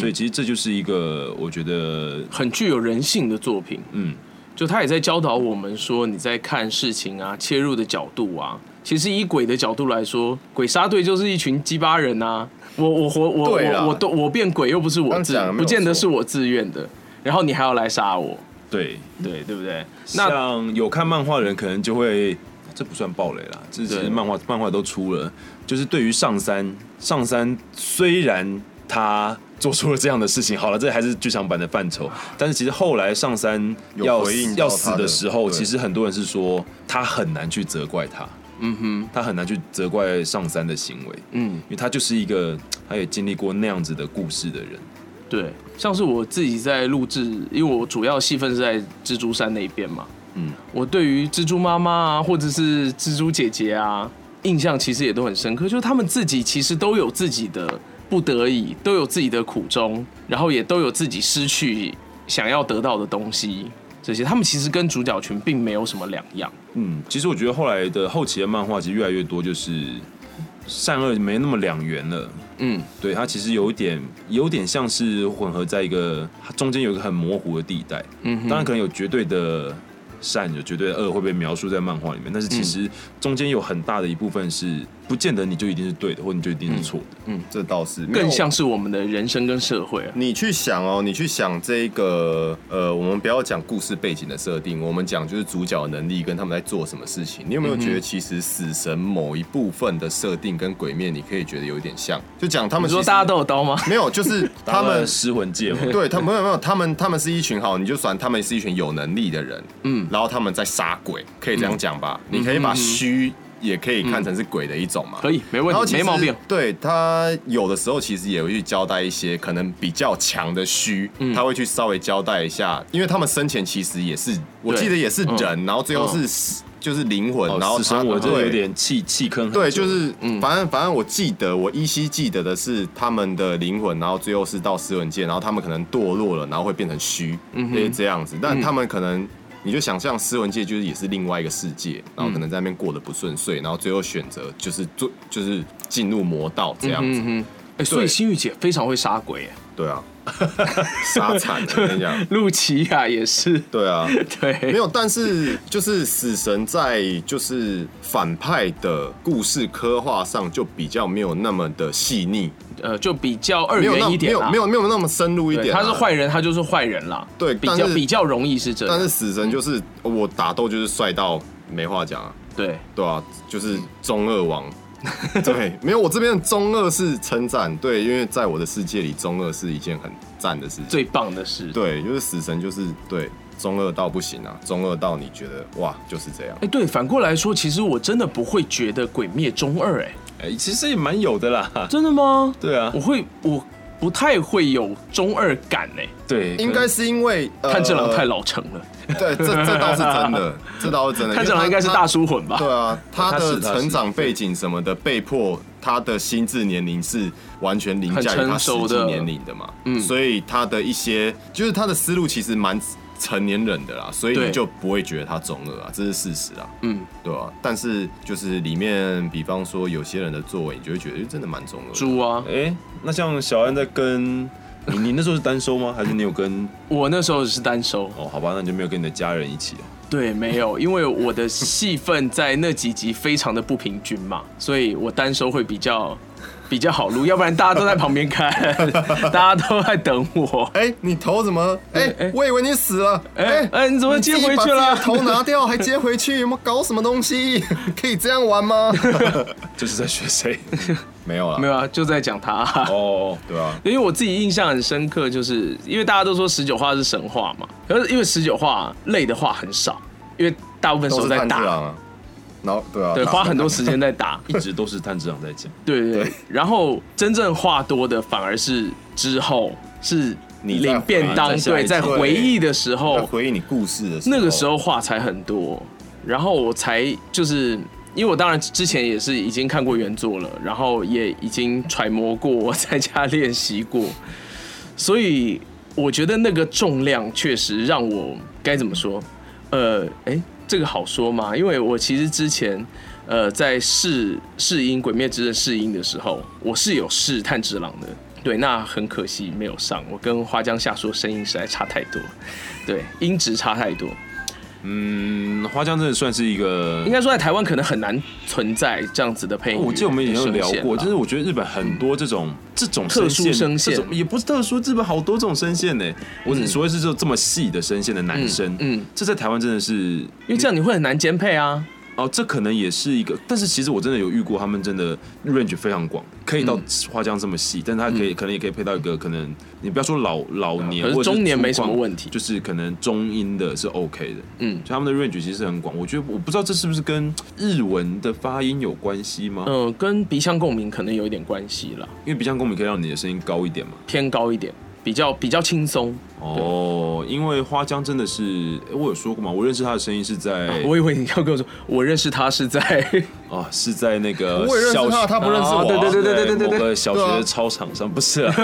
[SPEAKER 1] 所以其实这就是一个，我觉得，
[SPEAKER 3] 很具有人性的作品。
[SPEAKER 1] 嗯，
[SPEAKER 3] 就他也在教导我们说，你在看事情啊，切入的角度啊，其实以鬼的角度来说，鬼杀队就是一群鸡巴人啊。我我活我
[SPEAKER 4] 对啦
[SPEAKER 3] 我我都我变鬼又不是我
[SPEAKER 4] 刚
[SPEAKER 3] 自
[SPEAKER 4] 讲，的没
[SPEAKER 3] 不
[SPEAKER 4] 有
[SPEAKER 3] 见得
[SPEAKER 4] 错
[SPEAKER 3] 是我自愿的，然后你还要来杀我，
[SPEAKER 1] 对。
[SPEAKER 3] 对对不对？那
[SPEAKER 1] 像有看漫画的人，可能就会，这不算暴雷啦，这其
[SPEAKER 3] 对
[SPEAKER 1] 实漫画漫画都出了。就是对于上山，上山虽然他做出了这样的事情，好了，这还是剧场版的范畴，但是其实后来上山
[SPEAKER 4] 有
[SPEAKER 1] 要
[SPEAKER 4] 回应到
[SPEAKER 1] 要
[SPEAKER 4] 他
[SPEAKER 1] 死
[SPEAKER 4] 的
[SPEAKER 1] 的时候，
[SPEAKER 4] 对
[SPEAKER 1] 其实很多人是说他很难去责怪他。嗯哼，他很难去责怪上山的行为，
[SPEAKER 3] 嗯，
[SPEAKER 1] 因为他就是一个，他也经历过那样子的故事的人。
[SPEAKER 3] 对，像是我自己在录制，因为我主要戏份是在蜘蛛山那一边嘛，嗯，我对于蜘蛛妈妈啊，或者是蜘蛛姐姐啊，印象其实也都很深刻，就是他们自己其实都有自己的不得已，都有自己的苦衷，然后也都有自己失去想要得到的东西，这些他们其实跟主角群并没有什么两样。
[SPEAKER 1] 嗯，其实我觉得后来的后期的漫画其实越来越多，就是善恶没那么两元了。
[SPEAKER 3] 嗯，
[SPEAKER 1] 对，它其实有一点，有点像是混合在一个它中间有一个很模糊的地带。嗯，当然可能有绝对的善，有绝对的恶会被描述在漫画里面，但是其
[SPEAKER 4] 嗯
[SPEAKER 1] 实中间有很大的一部分是不见得你就一定是对的，或你就一定是错的。
[SPEAKER 4] 这倒是没有
[SPEAKER 3] 更像是我们的人生跟社 会啊。
[SPEAKER 4] 你去想哦，你去想这个呃，我们不要讲故事背景的设定，我们讲就是主角的能力跟他们在做什么事情。你有没有
[SPEAKER 3] 嗯
[SPEAKER 4] 觉得其实死神某一部分的设定跟鬼面，你可以觉得有一点像？就讲他
[SPEAKER 3] 你
[SPEAKER 4] 们
[SPEAKER 3] 说
[SPEAKER 4] 其实
[SPEAKER 3] 大家都有刀吗？
[SPEAKER 4] 没有，就是他们
[SPEAKER 1] 失魂界嘛，
[SPEAKER 4] 对他们没有没有，他们他们是一群好，你就算他们是一群有能力的人，嗯，然后他们在杀鬼，可以
[SPEAKER 3] 嗯
[SPEAKER 4] 这样讲吧？你可以把虚也可以看成是鬼的一种嘛？
[SPEAKER 3] 可以， 没
[SPEAKER 4] 然后
[SPEAKER 3] 问
[SPEAKER 4] 其
[SPEAKER 3] 题，
[SPEAKER 4] 实
[SPEAKER 3] 没毛病。
[SPEAKER 4] 对他有的时候其实也会去交代一些可能比较强的虚，他会去稍微交代一下，因为他们生前其实也是，我
[SPEAKER 3] 对
[SPEAKER 4] 记得也是人，然后最后是死就是灵魂， 然后
[SPEAKER 1] 哦死
[SPEAKER 4] 他
[SPEAKER 1] 神我这
[SPEAKER 4] 对
[SPEAKER 1] 有点弃弃坑很久了。
[SPEAKER 4] 对，就是，
[SPEAKER 3] 嗯
[SPEAKER 4] 反正反正我记得，我依稀记得的是他们的灵魂，然后最后是到尸魂界，然后他们可能堕落了，然后会变成虚，
[SPEAKER 3] 嗯
[SPEAKER 4] 类似这样子。但他们可能，你就想象尸魂界就是也是另外一个世界，然后可能在那边过得不顺遂，然后最后选择就是做就是进入魔道这样子。
[SPEAKER 3] 嗯哼，哎，所以
[SPEAKER 4] 对
[SPEAKER 3] 心雨姐非常会杀鬼耶，
[SPEAKER 4] 对啊， 杀惨了，我跟你讲。
[SPEAKER 3] 露琪亚也是，
[SPEAKER 4] 对啊，没
[SPEAKER 3] 对，
[SPEAKER 4] 有，但是就是死神在就是反派的故事刻画上就比较没有那么的细腻，
[SPEAKER 3] 呃，就比较二
[SPEAKER 4] 没有那
[SPEAKER 3] 元
[SPEAKER 4] 么
[SPEAKER 3] 一点
[SPEAKER 4] 没有
[SPEAKER 3] 啦
[SPEAKER 4] 没有没有那么深入一
[SPEAKER 3] 对
[SPEAKER 4] 点啊。
[SPEAKER 3] 他是坏人，他就是坏人啦。
[SPEAKER 4] 对
[SPEAKER 3] 比
[SPEAKER 4] 但
[SPEAKER 3] 较
[SPEAKER 4] 是
[SPEAKER 3] 比较容易是这样。
[SPEAKER 4] 但是死神就是我打斗就是帅到没话讲啊，
[SPEAKER 3] 对，
[SPEAKER 4] 对啊，就是中二 王。对，没有我这边的中二是称赞，对，因为在我的世界里，中二是一件很赞的事情。
[SPEAKER 3] 最棒的是，
[SPEAKER 4] 对，就是死神就是对中二到不行啊，中二到你觉得哇就是这样。
[SPEAKER 3] 哎，对，反过来说，其实我真的不会觉得《鬼灭》中二，哎，
[SPEAKER 1] 哎，其实也蛮有的啦。
[SPEAKER 3] 真的吗？
[SPEAKER 1] 对啊
[SPEAKER 3] 我，会，我不太会有中二感，哎，
[SPEAKER 1] 对，
[SPEAKER 4] 应该是因为呃
[SPEAKER 3] 炭治郎太老成了，
[SPEAKER 4] 对，这这倒是 真的，这倒是真的。
[SPEAKER 3] 炭治郎应该是
[SPEAKER 4] 因为他
[SPEAKER 3] 大叔混吧？
[SPEAKER 4] 对啊，他
[SPEAKER 1] 他是
[SPEAKER 4] 的
[SPEAKER 1] 他是
[SPEAKER 4] 成长背景什么的，被迫他的心智年龄是完全凌驾
[SPEAKER 3] 很
[SPEAKER 4] 于他
[SPEAKER 3] 成
[SPEAKER 4] 实
[SPEAKER 3] 熟
[SPEAKER 4] 际
[SPEAKER 3] 的嗯
[SPEAKER 4] 年龄的嘛，所以他的一些就是他的思路其实蛮成年人的啦，所以
[SPEAKER 3] 对
[SPEAKER 4] 你就不会觉得他中二啊，这是事实啊，
[SPEAKER 3] 嗯，
[SPEAKER 4] 对啊。但是就是里面，比方说有些人的作为，你就会觉得真的蛮中二的。
[SPEAKER 3] 猪啊，
[SPEAKER 1] 哎、那像小安在跟你，你那时候是单收吗？还是你有跟？
[SPEAKER 3] 我那时候是单收，
[SPEAKER 1] 哦，好吧，那你就没有跟你的家人一起了。
[SPEAKER 3] 对，没有，因为我的戏份在那几集非常的不平均嘛，所以我单收会比较比较好录，要不然大家都在旁边看， 大家都在等我。
[SPEAKER 4] 哎、你头怎么？哎、
[SPEAKER 3] 哎
[SPEAKER 4] 我以为你死了。哎、
[SPEAKER 3] 哎哎你怎么接
[SPEAKER 4] 自己
[SPEAKER 3] 回
[SPEAKER 4] 把
[SPEAKER 3] 去
[SPEAKER 4] 自己
[SPEAKER 3] 了
[SPEAKER 4] 的头拿掉还接回去，有没有搞什么 东西？可以这样玩吗？
[SPEAKER 1] 这是在学谁？
[SPEAKER 4] 没有了，
[SPEAKER 3] 没有啊，就在讲他、
[SPEAKER 1] 哦，
[SPEAKER 4] 对啊，
[SPEAKER 3] 因为我自己印象很深刻，就是因为大家都说十九话是神话嘛，可是因为十九话累的话很少，因为大部分时候
[SPEAKER 4] 都是
[SPEAKER 3] 在
[SPEAKER 4] 炭治
[SPEAKER 3] 打，
[SPEAKER 4] 郎啊，然后对啊，
[SPEAKER 3] 对，
[SPEAKER 4] 打
[SPEAKER 3] 花很多时间在打，
[SPEAKER 1] 一直都是炭治郎在讲。
[SPEAKER 3] 对对对，然后真正话多的反而是之后是
[SPEAKER 4] 你在
[SPEAKER 3] 领便当，
[SPEAKER 1] 回忆
[SPEAKER 3] 对，在
[SPEAKER 1] 在
[SPEAKER 3] 回忆的时
[SPEAKER 4] 在
[SPEAKER 3] 候，
[SPEAKER 4] 回忆你故事的时候，
[SPEAKER 3] 那个时候话才很多，然后我才就是。因为我当然之前也是已经看过原作了，然后也已经揣摩过，我在家练习过，所以我觉得那个重量确实让我该怎么说？呃，哎，这个好说吗？因为我其实之前呃在试试音《鬼灭之刃》试音的时候，我是有试炭治郎的。对，那很可惜没有上，我跟花江夏说声音实在差太多，对，音质差太多。
[SPEAKER 1] 嗯，花江真的算是一个
[SPEAKER 3] 应。该说在台湾可能很难存在这样子的配音。
[SPEAKER 1] 哦我记得我们以前有聊过，就是
[SPEAKER 3] 是
[SPEAKER 1] 我觉得日本很多这种、这种
[SPEAKER 3] 特殊
[SPEAKER 1] 声
[SPEAKER 3] 声
[SPEAKER 1] 这
[SPEAKER 3] 线
[SPEAKER 1] 种也不是特殊，日本好多这种声线呢。我只所谓是就这么细的声线的男生，
[SPEAKER 3] 嗯嗯嗯
[SPEAKER 1] 这在台湾真的是
[SPEAKER 3] 因为这样你会很难兼配啊。
[SPEAKER 1] 哦，这可能也是一个，但是其实我真的有遇过，他们真的 range 非常广，可以到
[SPEAKER 3] 嗯
[SPEAKER 1] 花江这么细，但是他可以、可能也可以配到一个可能，你不要说老老年，
[SPEAKER 3] 啊可是
[SPEAKER 1] 或者
[SPEAKER 3] 中年
[SPEAKER 1] 粗犷
[SPEAKER 3] 没什么问题
[SPEAKER 1] 就是可能中音的是 OK 的，
[SPEAKER 3] 嗯
[SPEAKER 1] 嗯，就他们的 range 其实很广，我觉得我不知道这是不是跟日文的发音有关系吗？
[SPEAKER 3] 嗯、跟鼻腔共鸣可能有一点关系了，
[SPEAKER 1] 因为鼻腔共鸣可以让你的声音高一点嘛，
[SPEAKER 3] 偏高一点。比较比较轻松。
[SPEAKER 1] 哦，因为花江真的是，诶我有说过嘛，我认识他的声音是在，
[SPEAKER 3] 啊我以为你要跟我说，我认识他是在
[SPEAKER 1] 啊，是在那个
[SPEAKER 4] 我也认识
[SPEAKER 1] 小
[SPEAKER 4] 他，他不认识我、啊啊
[SPEAKER 3] 哦对对对
[SPEAKER 1] 在
[SPEAKER 3] 对
[SPEAKER 1] 某个小学的操场上，不是啊，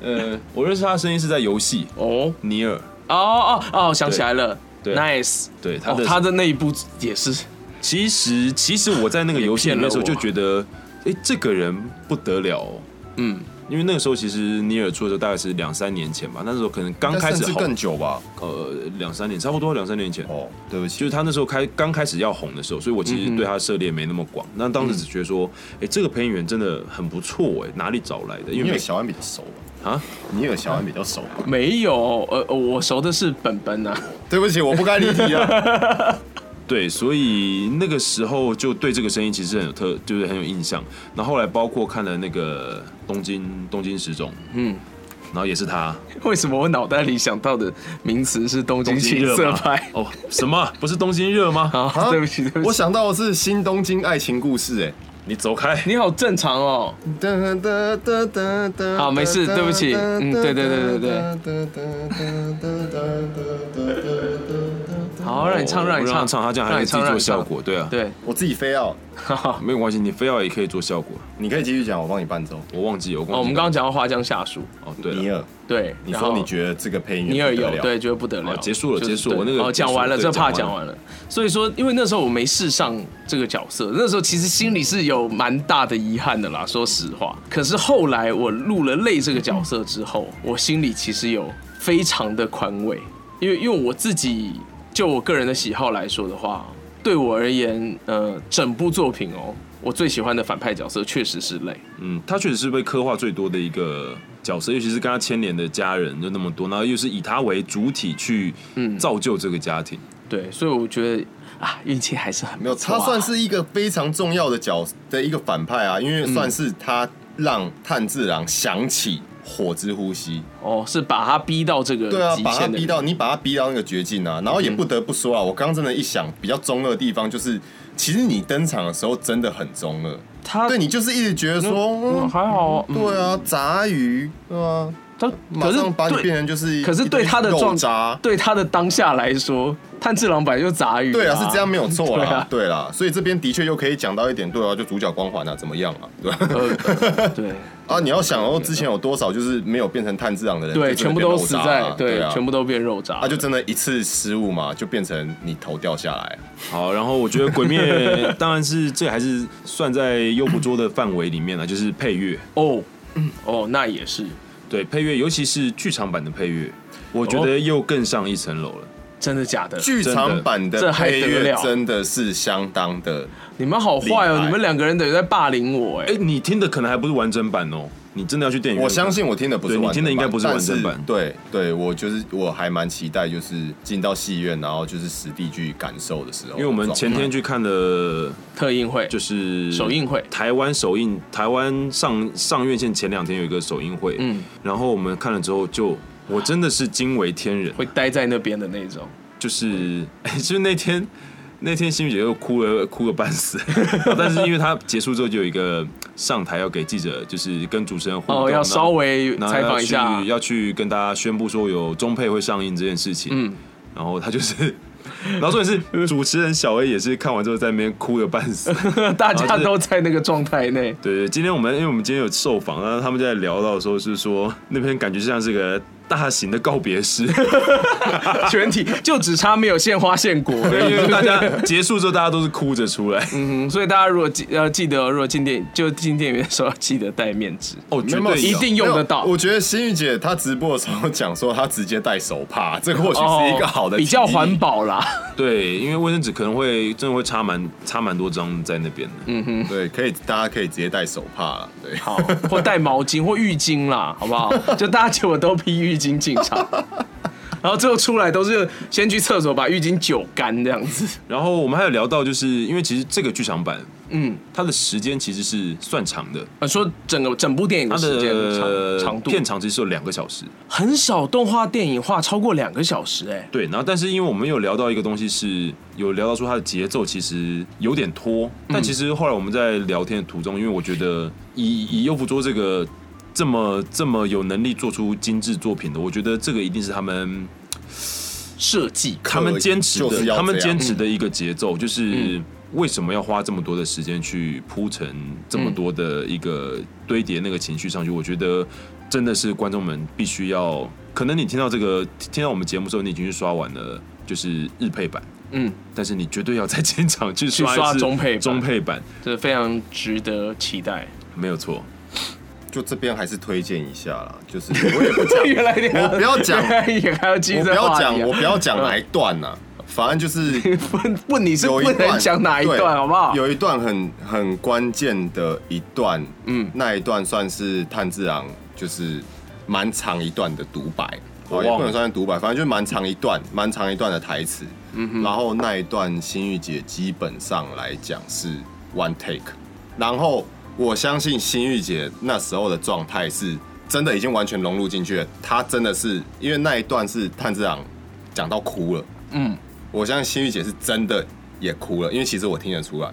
[SPEAKER 1] 呃，我认识他的声音是在游戏
[SPEAKER 3] 哦
[SPEAKER 1] 《尼尔》，
[SPEAKER 3] 哦哦哦，想起来了
[SPEAKER 1] 对
[SPEAKER 3] ，nice，
[SPEAKER 1] 对他
[SPEAKER 3] 哦
[SPEAKER 1] 的
[SPEAKER 3] 他的那一部也是
[SPEAKER 1] 其实，其实我在那个游戏里面的时候
[SPEAKER 3] 你
[SPEAKER 1] 就
[SPEAKER 3] 骗了我
[SPEAKER 1] 觉得，哎、这个人不得了、哦。
[SPEAKER 3] 嗯，
[SPEAKER 1] 因为那个时候其实尼尔出的时候大概是两三年前吧，那时候可能刚开始
[SPEAKER 4] 甚至
[SPEAKER 1] 好，
[SPEAKER 4] 更久吧。
[SPEAKER 1] 呃，两三年，差不多两三年前。
[SPEAKER 4] 哦，对不
[SPEAKER 1] 就
[SPEAKER 4] 起，
[SPEAKER 1] 是他那时候开刚开始要红的时候，所以我
[SPEAKER 3] 嗯
[SPEAKER 1] 其实对他的涉猎没那么广。那当时只觉得说，哎、这个配音员真的很不错，哎，哪里找来的？因
[SPEAKER 4] 你
[SPEAKER 1] 为
[SPEAKER 4] 有
[SPEAKER 1] 每
[SPEAKER 4] 小安比较熟吧？
[SPEAKER 1] 啊，
[SPEAKER 4] 你有小安比较熟吧？
[SPEAKER 3] 没有，呃，呃我熟的是本本啊，
[SPEAKER 4] 对不起，我不该离题啊。
[SPEAKER 1] 对，所以那个时候就对这个声音其实很有特，就是很有印象。然后后来包括看了那个东京东京十种，嗯
[SPEAKER 3] 嗯，
[SPEAKER 1] 然后也是他
[SPEAKER 3] 为什么我脑袋里想到的名词是东京
[SPEAKER 1] 东京
[SPEAKER 3] 青
[SPEAKER 1] 热
[SPEAKER 3] 色
[SPEAKER 1] 吗
[SPEAKER 3] 派？
[SPEAKER 1] 哦，什么不是东京热吗？
[SPEAKER 3] 啊，对不起，对不
[SPEAKER 4] 我
[SPEAKER 3] 起，
[SPEAKER 4] 想到的是《新东京爱情故事》哎。
[SPEAKER 1] 你走开，
[SPEAKER 3] 你好正常哦，
[SPEAKER 4] 哒哒哒哒啊哒。
[SPEAKER 3] 好啊没事对不起嗯对对对对
[SPEAKER 4] 对。
[SPEAKER 3] 好，让你唱，
[SPEAKER 1] 哦
[SPEAKER 3] 让你
[SPEAKER 1] 不
[SPEAKER 3] 唱，
[SPEAKER 1] 让唱，他这样还
[SPEAKER 3] 让
[SPEAKER 1] 可以
[SPEAKER 3] 你
[SPEAKER 1] 自
[SPEAKER 3] 唱
[SPEAKER 1] 己
[SPEAKER 3] 让
[SPEAKER 1] 做
[SPEAKER 3] 你
[SPEAKER 1] 效
[SPEAKER 3] 唱
[SPEAKER 1] 果，对啊，，
[SPEAKER 3] 对，
[SPEAKER 4] 我自己非要，
[SPEAKER 3] 哈哈。
[SPEAKER 1] 没有关系，你非要也可以做效果。
[SPEAKER 4] 你可以继续讲，我帮你伴奏。
[SPEAKER 1] 我忘记了，我忘记
[SPEAKER 3] 哦，我们刚刚讲到花江夏树，
[SPEAKER 1] 刚哦对
[SPEAKER 4] 尼
[SPEAKER 1] 了，
[SPEAKER 4] 尔，
[SPEAKER 3] 对，
[SPEAKER 4] 你
[SPEAKER 3] 然
[SPEAKER 4] 说
[SPEAKER 3] 后
[SPEAKER 4] 你觉得这个配音员
[SPEAKER 3] 尼尔
[SPEAKER 4] 不得
[SPEAKER 3] 有
[SPEAKER 4] 了
[SPEAKER 3] 对，觉得不得了
[SPEAKER 1] 哦，结束了
[SPEAKER 3] 就是
[SPEAKER 1] 结束了
[SPEAKER 3] 对
[SPEAKER 1] 那个
[SPEAKER 3] 哦，
[SPEAKER 1] 结束
[SPEAKER 3] 讲完了，
[SPEAKER 1] 对
[SPEAKER 3] 这怕
[SPEAKER 1] 讲
[SPEAKER 3] 讲
[SPEAKER 1] 完
[SPEAKER 3] 完了。所以说，因为那时候我没试上这个角色，那时候其实心里是有蛮大的遗憾的啦，说实话。可是后来我录了泪这个角色之后，我心里其实有非常的宽慰，因为因为我自己就我个人的喜好来说的话，对我而言，呃，整部作品哦，我最喜欢的反派角色确实是泪。
[SPEAKER 1] 嗯，他确实是被刻画最多的一个角色，尤其是跟他牵连的家人就那么多，然后又是以他为主体去
[SPEAKER 3] 嗯
[SPEAKER 1] 造就这个家庭。
[SPEAKER 3] 对，所以我觉得啊，运气还是很
[SPEAKER 4] 没有，
[SPEAKER 3] 不错
[SPEAKER 4] 他
[SPEAKER 3] 啊
[SPEAKER 4] 算是一个非常重要的角的一个反派啊，因为
[SPEAKER 3] 嗯
[SPEAKER 4] 算是他让炭治郎想起火之呼吸，
[SPEAKER 3] 哦，是把他逼到这个
[SPEAKER 4] 对啊，
[SPEAKER 3] 极
[SPEAKER 4] 把他
[SPEAKER 3] 限的嗯
[SPEAKER 4] 逼到你把他逼到那个绝境啊，然后也不得不说啊，我刚刚真的一想，比较中二的地方就是，其实你登场的时候真的很中二，
[SPEAKER 3] 他
[SPEAKER 4] 对你就是一直觉得说，
[SPEAKER 3] 嗯
[SPEAKER 4] 嗯
[SPEAKER 3] 还好，嗯
[SPEAKER 4] 对啊，杂鱼，对啊，
[SPEAKER 3] 他
[SPEAKER 4] 马
[SPEAKER 3] 可是
[SPEAKER 4] 上把你
[SPEAKER 3] 对
[SPEAKER 4] 变成就是，
[SPEAKER 3] 可是对他的
[SPEAKER 4] 肉
[SPEAKER 3] 状
[SPEAKER 4] 渣，
[SPEAKER 3] 对他的当下来说，炭治郎本来就杂鱼，
[SPEAKER 4] 对啊，是这样。没有错
[SPEAKER 3] 对
[SPEAKER 4] 啦
[SPEAKER 3] 啊，
[SPEAKER 4] 对啦，所以这边的确又可以讲到一点，对啊，就主角光环啊，怎么样啊，对吧？
[SPEAKER 3] 呃， 呃对
[SPEAKER 4] 啊，你要想哦，之前有多少就是没有变成炭治郎的人，
[SPEAKER 3] 对，
[SPEAKER 4] 就真
[SPEAKER 3] 全
[SPEAKER 4] 的
[SPEAKER 3] 部
[SPEAKER 4] 变
[SPEAKER 3] 都
[SPEAKER 4] 肉
[SPEAKER 3] 死
[SPEAKER 4] 渣啊
[SPEAKER 3] 在对
[SPEAKER 4] 啊，，
[SPEAKER 3] 全部都变肉渣
[SPEAKER 4] 啊，。就真的一次失误嘛，就变成你头掉下来。
[SPEAKER 1] 好，然后我觉得《鬼灭》 当然是这还是算在优不桌的范围里面了，就是配乐，
[SPEAKER 3] 哦哦，那也是
[SPEAKER 1] 对配乐，尤其是剧场版的配乐，我觉得又更上一层楼了。
[SPEAKER 3] 真的假的？
[SPEAKER 4] 剧场版
[SPEAKER 3] 这
[SPEAKER 4] 的
[SPEAKER 3] 还
[SPEAKER 4] 配
[SPEAKER 3] 得
[SPEAKER 4] 乐
[SPEAKER 3] 了
[SPEAKER 4] 真的是相当的，
[SPEAKER 3] 你们好坏
[SPEAKER 4] 厉
[SPEAKER 3] 哦，
[SPEAKER 4] 害
[SPEAKER 3] 你们两个人等于在霸凌我哎
[SPEAKER 1] 哎、。你听的可能还不是完整版哦，你真的要去电影院
[SPEAKER 4] 我
[SPEAKER 1] 看
[SPEAKER 4] 相信我听的不是
[SPEAKER 1] 对
[SPEAKER 4] 完整版，
[SPEAKER 1] 你听的应该不是完整版
[SPEAKER 4] 但是对对，我就是我还蛮期待，就是进到戏院，然后就是实地去感受的时候的状态。
[SPEAKER 1] 因为我们前天去看了，
[SPEAKER 3] 特映会
[SPEAKER 1] 就是
[SPEAKER 3] 首映会
[SPEAKER 1] 台湾首映，台湾上上院线前两天有一个首映会，嗯
[SPEAKER 3] 嗯，
[SPEAKER 1] 然后我们看了之后就，我真的是惊为天人，
[SPEAKER 3] 会待在那边的那种，
[SPEAKER 1] 就是、 哎就是那天那天心雨姐又哭了哭个半死， 但是因为她结束之后就有一个上台要给记者，就是跟主持人互动，
[SPEAKER 3] 哦，
[SPEAKER 4] 啊
[SPEAKER 3] 要
[SPEAKER 1] 然后
[SPEAKER 3] 稍微
[SPEAKER 1] 然后
[SPEAKER 3] 采
[SPEAKER 1] 要
[SPEAKER 3] 访
[SPEAKER 1] 去
[SPEAKER 3] 一下，
[SPEAKER 1] 要去跟大家宣布说有中配会上映这件事情，嗯，然后她就是。 然后重点是，主持人小 A 也是看完之后在那边哭的半死，
[SPEAKER 3] 大
[SPEAKER 1] 然后
[SPEAKER 3] 家
[SPEAKER 1] 就是
[SPEAKER 3] 都在那个状态内。
[SPEAKER 1] 对对，今天我们因为我们今天有受访，然后他们就在聊到说，是说那篇感觉像是个大型的告别式，
[SPEAKER 3] 全体就只差没有献花献果而
[SPEAKER 1] 对，
[SPEAKER 3] 已，
[SPEAKER 1] 因为大家结束之后大家都是哭着出来，
[SPEAKER 3] 嗯，所以大家如果记呃记得哦，如果进电就进电影院的时候要记得戴面纸，
[SPEAKER 1] 哦，绝
[SPEAKER 4] 没有
[SPEAKER 1] 对
[SPEAKER 3] 一
[SPEAKER 1] 有
[SPEAKER 3] 定用得到
[SPEAKER 4] 没有我觉得心玉姐她直播的时候讲说，她直接戴手帕，这或许是一个好的、
[SPEAKER 3] 哦比较环。保啦。
[SPEAKER 1] 对，因为卫生纸可能会真的会插蛮插蛮多张在那边的，嗯，
[SPEAKER 4] 对，可以，大家可以直接戴手帕了。对，
[SPEAKER 3] 好， 或戴毛巾或浴巾啦，好不好？就大家结果都披浴巾进场，然后最后出来都是先去厕所把浴巾酒干这样子。
[SPEAKER 1] 然后我们还有聊到，就是因为其实这个剧场版，嗯，它的时间其实是算长的，
[SPEAKER 3] 呃，说整个整部电影
[SPEAKER 1] 它
[SPEAKER 3] 的时间
[SPEAKER 1] 的
[SPEAKER 3] 长长度，
[SPEAKER 1] 片长其实有两个小时，
[SPEAKER 3] 很少动画电影画超过两个小时、哎，
[SPEAKER 1] 对，然后但是因为我们有聊到一个东西是有聊到说它的节奏其实有点
[SPEAKER 3] 嗯
[SPEAKER 1] 拖，但其实后来我们在聊天的途中，因为我觉得以以右辅桌这个这么这么有能力做出精致作品的，我觉得这个一定是他们
[SPEAKER 3] 设计
[SPEAKER 1] 他们坚持的，
[SPEAKER 4] 就是要这样
[SPEAKER 1] 他们坚持的一个节
[SPEAKER 3] 嗯
[SPEAKER 1] 奏，就是为什么要花这么多的时间去铺陈这
[SPEAKER 3] 嗯
[SPEAKER 1] 么多的一个堆叠那个情绪上去？我觉得真的是观众们必须要，可能你听到这个听到我们节目之后，你已经去刷完了，就是日配版。
[SPEAKER 3] 嗯，
[SPEAKER 1] 但是你绝对要在现场去
[SPEAKER 3] 去
[SPEAKER 1] 刷
[SPEAKER 3] 刷
[SPEAKER 1] 一次
[SPEAKER 3] 中配版
[SPEAKER 1] 中配版
[SPEAKER 3] 这非常值得期待。，
[SPEAKER 1] 没有错。
[SPEAKER 4] 就这边还是推荐一下啦，就是我也不 讲
[SPEAKER 3] 原来你还
[SPEAKER 4] 我不要讲
[SPEAKER 3] 原来也还要记
[SPEAKER 4] 我
[SPEAKER 3] 这
[SPEAKER 4] 不要
[SPEAKER 3] 话题啊
[SPEAKER 4] 讲，我不要讲哪一段呐、反 正就是
[SPEAKER 3] 问问你是不
[SPEAKER 4] 有一
[SPEAKER 3] 能
[SPEAKER 4] 段
[SPEAKER 3] 讲哪一段，
[SPEAKER 4] 对
[SPEAKER 3] 好不好？
[SPEAKER 4] 有一段很很关键的一段，嗯，那一段算是炭治郎就是蛮长一段的独白，
[SPEAKER 1] 我
[SPEAKER 4] 哦，
[SPEAKER 1] 忘了
[SPEAKER 4] 也不能算是独白，反正就是蛮长一段，蛮长一段的台词。嗯、然后那一段新玉姐基本上来讲是 one take，然后我相信新玉姐那时候的状态是真的已经完全融入进去了，她真的是因为那一段是炭治郎讲到哭了。我相信心玉姐是真的也哭了，因为其实我听得出来，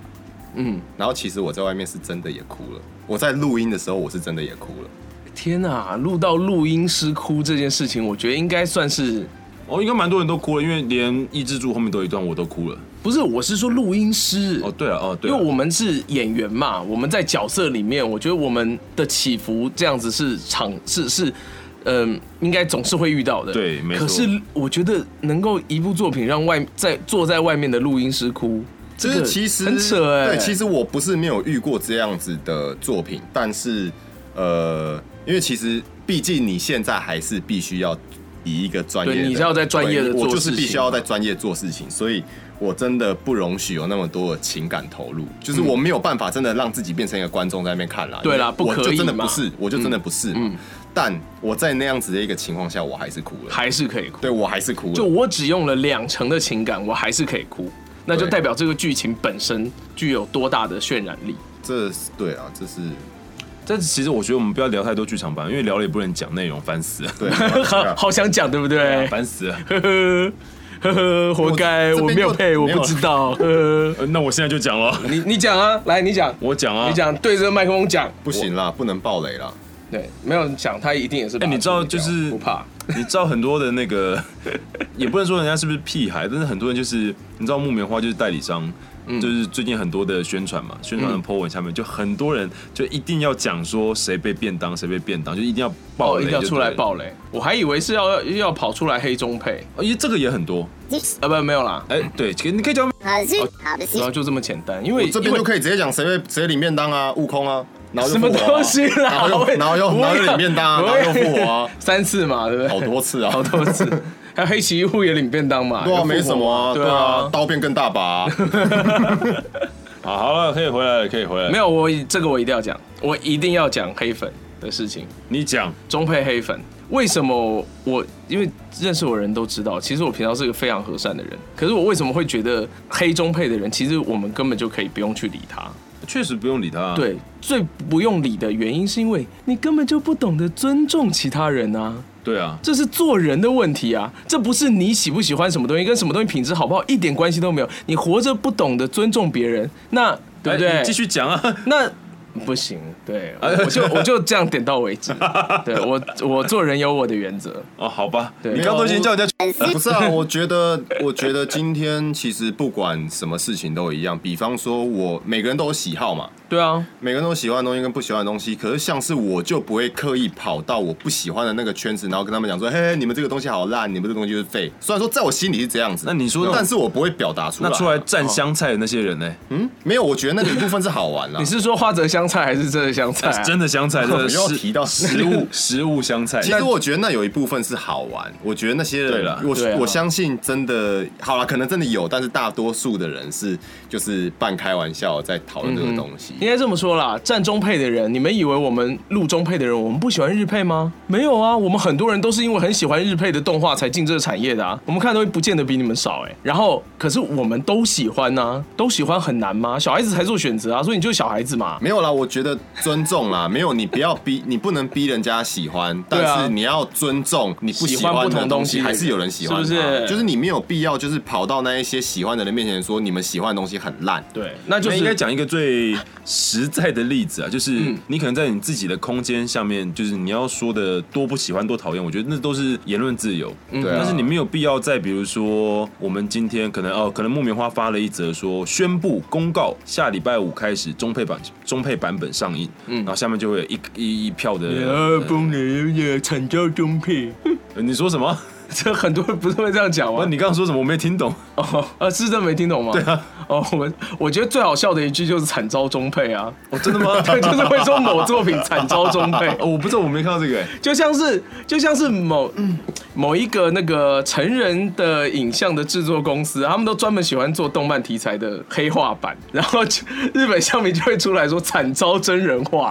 [SPEAKER 3] 嗯，
[SPEAKER 4] 然后其实我在外面是真的也哭了，我在录音的时候我是真的也哭了，
[SPEAKER 3] 天啊，录到录音师哭这件事情，我觉得应该算是
[SPEAKER 1] 哦，应该蛮多人都哭了，因为连抑制住后面都有一段我都哭了。
[SPEAKER 3] 不是？我是说录音师
[SPEAKER 1] 哦，对了，哦，对
[SPEAKER 4] 啊
[SPEAKER 3] 因
[SPEAKER 1] 了，
[SPEAKER 3] 为我们是演员嘛，我们在角色里面，我觉得我们的起伏这样子是常是是，嗯、应该总是会遇到的。
[SPEAKER 1] 对没错
[SPEAKER 3] 可是我觉得能够一部作品让外在坐在外面的录音师哭，这
[SPEAKER 4] 就是
[SPEAKER 3] 个
[SPEAKER 4] 其实
[SPEAKER 3] 很扯哎、
[SPEAKER 4] 对，其实我不是没有遇过这样子的作品，但是呃，因为其实毕竟你现在还是必须要以一个专业的，
[SPEAKER 3] 对你是要在专业地
[SPEAKER 4] 对我
[SPEAKER 3] 做
[SPEAKER 4] 就是
[SPEAKER 3] 事
[SPEAKER 4] 必
[SPEAKER 3] 情
[SPEAKER 4] 须要在专业做事情，所以。我真的不容许有那么多的情感投入，就是我没有办法真的让自己变成一个观众在那边看啦。
[SPEAKER 3] 对啦
[SPEAKER 4] 因为我
[SPEAKER 3] 不可以
[SPEAKER 4] 就真的
[SPEAKER 3] 嘛嗯
[SPEAKER 4] 不是，我就真的不是嘛。但我在那样子的一个情况下，我还是哭了。
[SPEAKER 3] 还是可以哭。
[SPEAKER 4] 对我还是哭了。
[SPEAKER 3] 就我只用了两成的情感，我还是可以哭，那就
[SPEAKER 4] 对
[SPEAKER 3] 代表这个剧情本身具有多大的渲染力。
[SPEAKER 4] 这是对啊，这是
[SPEAKER 1] 但是其实我觉得我们不要聊太多剧场版，因为聊了也不能讲内容，烦死了，
[SPEAKER 4] 对啊。
[SPEAKER 3] 好想讲，对不对？
[SPEAKER 1] 烦死了。
[SPEAKER 3] 呵呵呵呵，活该，
[SPEAKER 4] 我这
[SPEAKER 3] 我
[SPEAKER 4] 边
[SPEAKER 3] 没有
[SPEAKER 4] 就
[SPEAKER 3] 配，我
[SPEAKER 4] 没有
[SPEAKER 3] 不知道。呵呵，
[SPEAKER 1] 呃那我现在就讲了，
[SPEAKER 3] 你你讲啊，来你讲，
[SPEAKER 1] 我讲啊，
[SPEAKER 3] 你。讲，对着麦克风讲。
[SPEAKER 4] 不行啦，不能爆雷啦。
[SPEAKER 3] 对，没有人讲，他一定也是把它处理掉。
[SPEAKER 1] 哎你知道就是
[SPEAKER 3] 不怕，
[SPEAKER 1] 你知道很多的那个，也不能说人家是不是屁孩，但是很多人就是，你知道木棉花就是代理商，就是最近很多的宣传嘛，宣传的 po 文下面就很多人就一定要讲说谁被便当，谁被便当，就哦一定要爆
[SPEAKER 3] 爆
[SPEAKER 1] 雷，
[SPEAKER 3] 一定要出来
[SPEAKER 1] 爆，
[SPEAKER 3] 爆雷，我还以为是要要跑出来黑中配，
[SPEAKER 1] 哦因为这个也很多。
[SPEAKER 3] 啊不没有啦，
[SPEAKER 1] 哎，对，你可以讲，
[SPEAKER 5] 好吃，好吃
[SPEAKER 3] 主。要就这么简单，因为
[SPEAKER 4] 我这边就可以直接讲谁会谁领便当啊，悟空啊，然后
[SPEAKER 3] 什
[SPEAKER 4] 就复
[SPEAKER 3] 么
[SPEAKER 4] 活啊
[SPEAKER 3] 东西啦，
[SPEAKER 4] 然后又
[SPEAKER 3] 喂
[SPEAKER 4] 然后又
[SPEAKER 3] 不
[SPEAKER 4] 然
[SPEAKER 3] 要
[SPEAKER 4] 后又领便当啊，
[SPEAKER 3] 不
[SPEAKER 4] 然
[SPEAKER 3] 要
[SPEAKER 4] 后又复活啊，
[SPEAKER 3] 三次嘛，对不对？
[SPEAKER 4] 好多次 啊，
[SPEAKER 3] 好多次，还有黑崎一护也领便当嘛，
[SPEAKER 4] 对
[SPEAKER 3] 有
[SPEAKER 4] 啊，
[SPEAKER 3] 复活
[SPEAKER 4] 没什么啊，
[SPEAKER 3] 对
[SPEAKER 4] 对啊
[SPEAKER 3] 啊，。
[SPEAKER 4] 刀变更大把啊，
[SPEAKER 1] 好，好了，可以回来了，可以回来了。
[SPEAKER 3] 没有，我这个我一定要讲，我一定要讲黑粉的事情。
[SPEAKER 1] 你讲，
[SPEAKER 3] 中配黑粉。为什么我？因为认识我的人都知道，其实我平常是个非常和善的人。可是我为什么会觉得黑中配的人，其实我们根本就可以不用去理他？
[SPEAKER 1] 确实不用理他。，啊
[SPEAKER 3] 对，最不用理的原因是因为你根本就不懂得尊重其他人啊，
[SPEAKER 1] 对啊，
[SPEAKER 3] 这是做人的问题啊，这不是你喜不喜欢什么东西跟什么东西品质好不好一点关系都没有。你活着不懂得尊重别人，那对不对？
[SPEAKER 1] 哎你继续讲啊。
[SPEAKER 3] 那不行， 对，我就我就这样点到为止。对我，我做人有我的原则。
[SPEAKER 1] 哦，好吧，
[SPEAKER 3] 对
[SPEAKER 1] 你刚都已经叫人家去，
[SPEAKER 4] 不是啊，我觉得，我觉得今天其实不管什么事情都一样，比方说我每个人都有喜好嘛，
[SPEAKER 3] 对啊，
[SPEAKER 4] 每个人都有喜欢的东西跟不喜欢的东西，可是像是我就不会刻意跑到我不喜欢的那个圈子，然后跟他们讲说，嘿，你们这个东西好烂，你们这个东西就是废。虽然说在我心里是这样子，
[SPEAKER 1] 那你说那种
[SPEAKER 4] 但是我不会表达出来。
[SPEAKER 1] 那出来哦蘸香菜的那些人呢？
[SPEAKER 4] 嗯，没有，我觉得那个一部分是好玩啦
[SPEAKER 3] 你。是说花泽香菜还是真的香菜、啊？
[SPEAKER 1] 哎 真的香菜，这个
[SPEAKER 4] 不要
[SPEAKER 1] 食
[SPEAKER 4] 提到
[SPEAKER 1] 食物，食物香菜。
[SPEAKER 4] 其实我觉得那有一部分是好玩，我觉得那些
[SPEAKER 1] 对
[SPEAKER 4] 人
[SPEAKER 1] 啦，
[SPEAKER 4] 我
[SPEAKER 3] 对啊
[SPEAKER 4] 我相信真的好了，可能真的有，但是大多数的人是就是半开玩笑在讨论这
[SPEAKER 1] 嗯
[SPEAKER 4] 个东西。
[SPEAKER 3] 应该这么说啦，站中配的人，你们以为我们录中配的人，我们不喜欢日配吗？没有啊，我们很多人都是因为很喜欢日配的动画才进这个产业的啊。我们看的东西不见得比你们少哎、然后，可是我们都喜欢呐、都喜欢很难吗？小孩子才做选择啊，所以你就是小孩子嘛。
[SPEAKER 4] 没有啦，我觉得尊重啦，没有你不要逼， 你不能逼人家喜欢，
[SPEAKER 3] 对啊
[SPEAKER 4] 但是你要尊重你不喜
[SPEAKER 3] 喜欢
[SPEAKER 4] 欢
[SPEAKER 3] 不同
[SPEAKER 4] 的
[SPEAKER 3] 东
[SPEAKER 4] 东
[SPEAKER 3] 西
[SPEAKER 4] 西，还是有人喜欢它，
[SPEAKER 3] 是不是
[SPEAKER 4] 就是你没有必要就是跑到那一些喜欢的人面前说你们喜欢的东西很烂，
[SPEAKER 3] 对，那就
[SPEAKER 1] 那
[SPEAKER 3] 是
[SPEAKER 1] 应该讲一个最实在的例子啊，就是你可能在你自己的空间下面，就是你要说的多不喜欢、多讨厌，我觉得那都是言论自由。嗯，
[SPEAKER 4] 对啊
[SPEAKER 1] 但是你没有必要在比如说我们今天可能哦，可能木棉花发了一则说宣布公告，下礼拜五开始中配版中配版本上映，嗯，然后下面就会有一一一票的、
[SPEAKER 3] 呃，不能也惨叫中配，
[SPEAKER 1] 呃你说什么？
[SPEAKER 3] 这很多人不是会这样讲
[SPEAKER 1] 哇，
[SPEAKER 3] 吗？
[SPEAKER 1] 你刚刚说什么？我没听懂。
[SPEAKER 3] 哦，呃，是真没听懂吗？嗯对啊。哦，我们我觉得最好笑的一句就是惨遭中配啊，
[SPEAKER 1] 哦，真的 吗？
[SPEAKER 3] 对， 就是会说某作品惨遭中 配，
[SPEAKER 1] 哦，我不知道，我没看到这个、欸。
[SPEAKER 3] 就像是就像是某、嗯、某一个那个成人的影像的制作公司，他们都专门喜欢做动漫题材的黑化版，然后就日本乡民就会出来说惨遭真人化，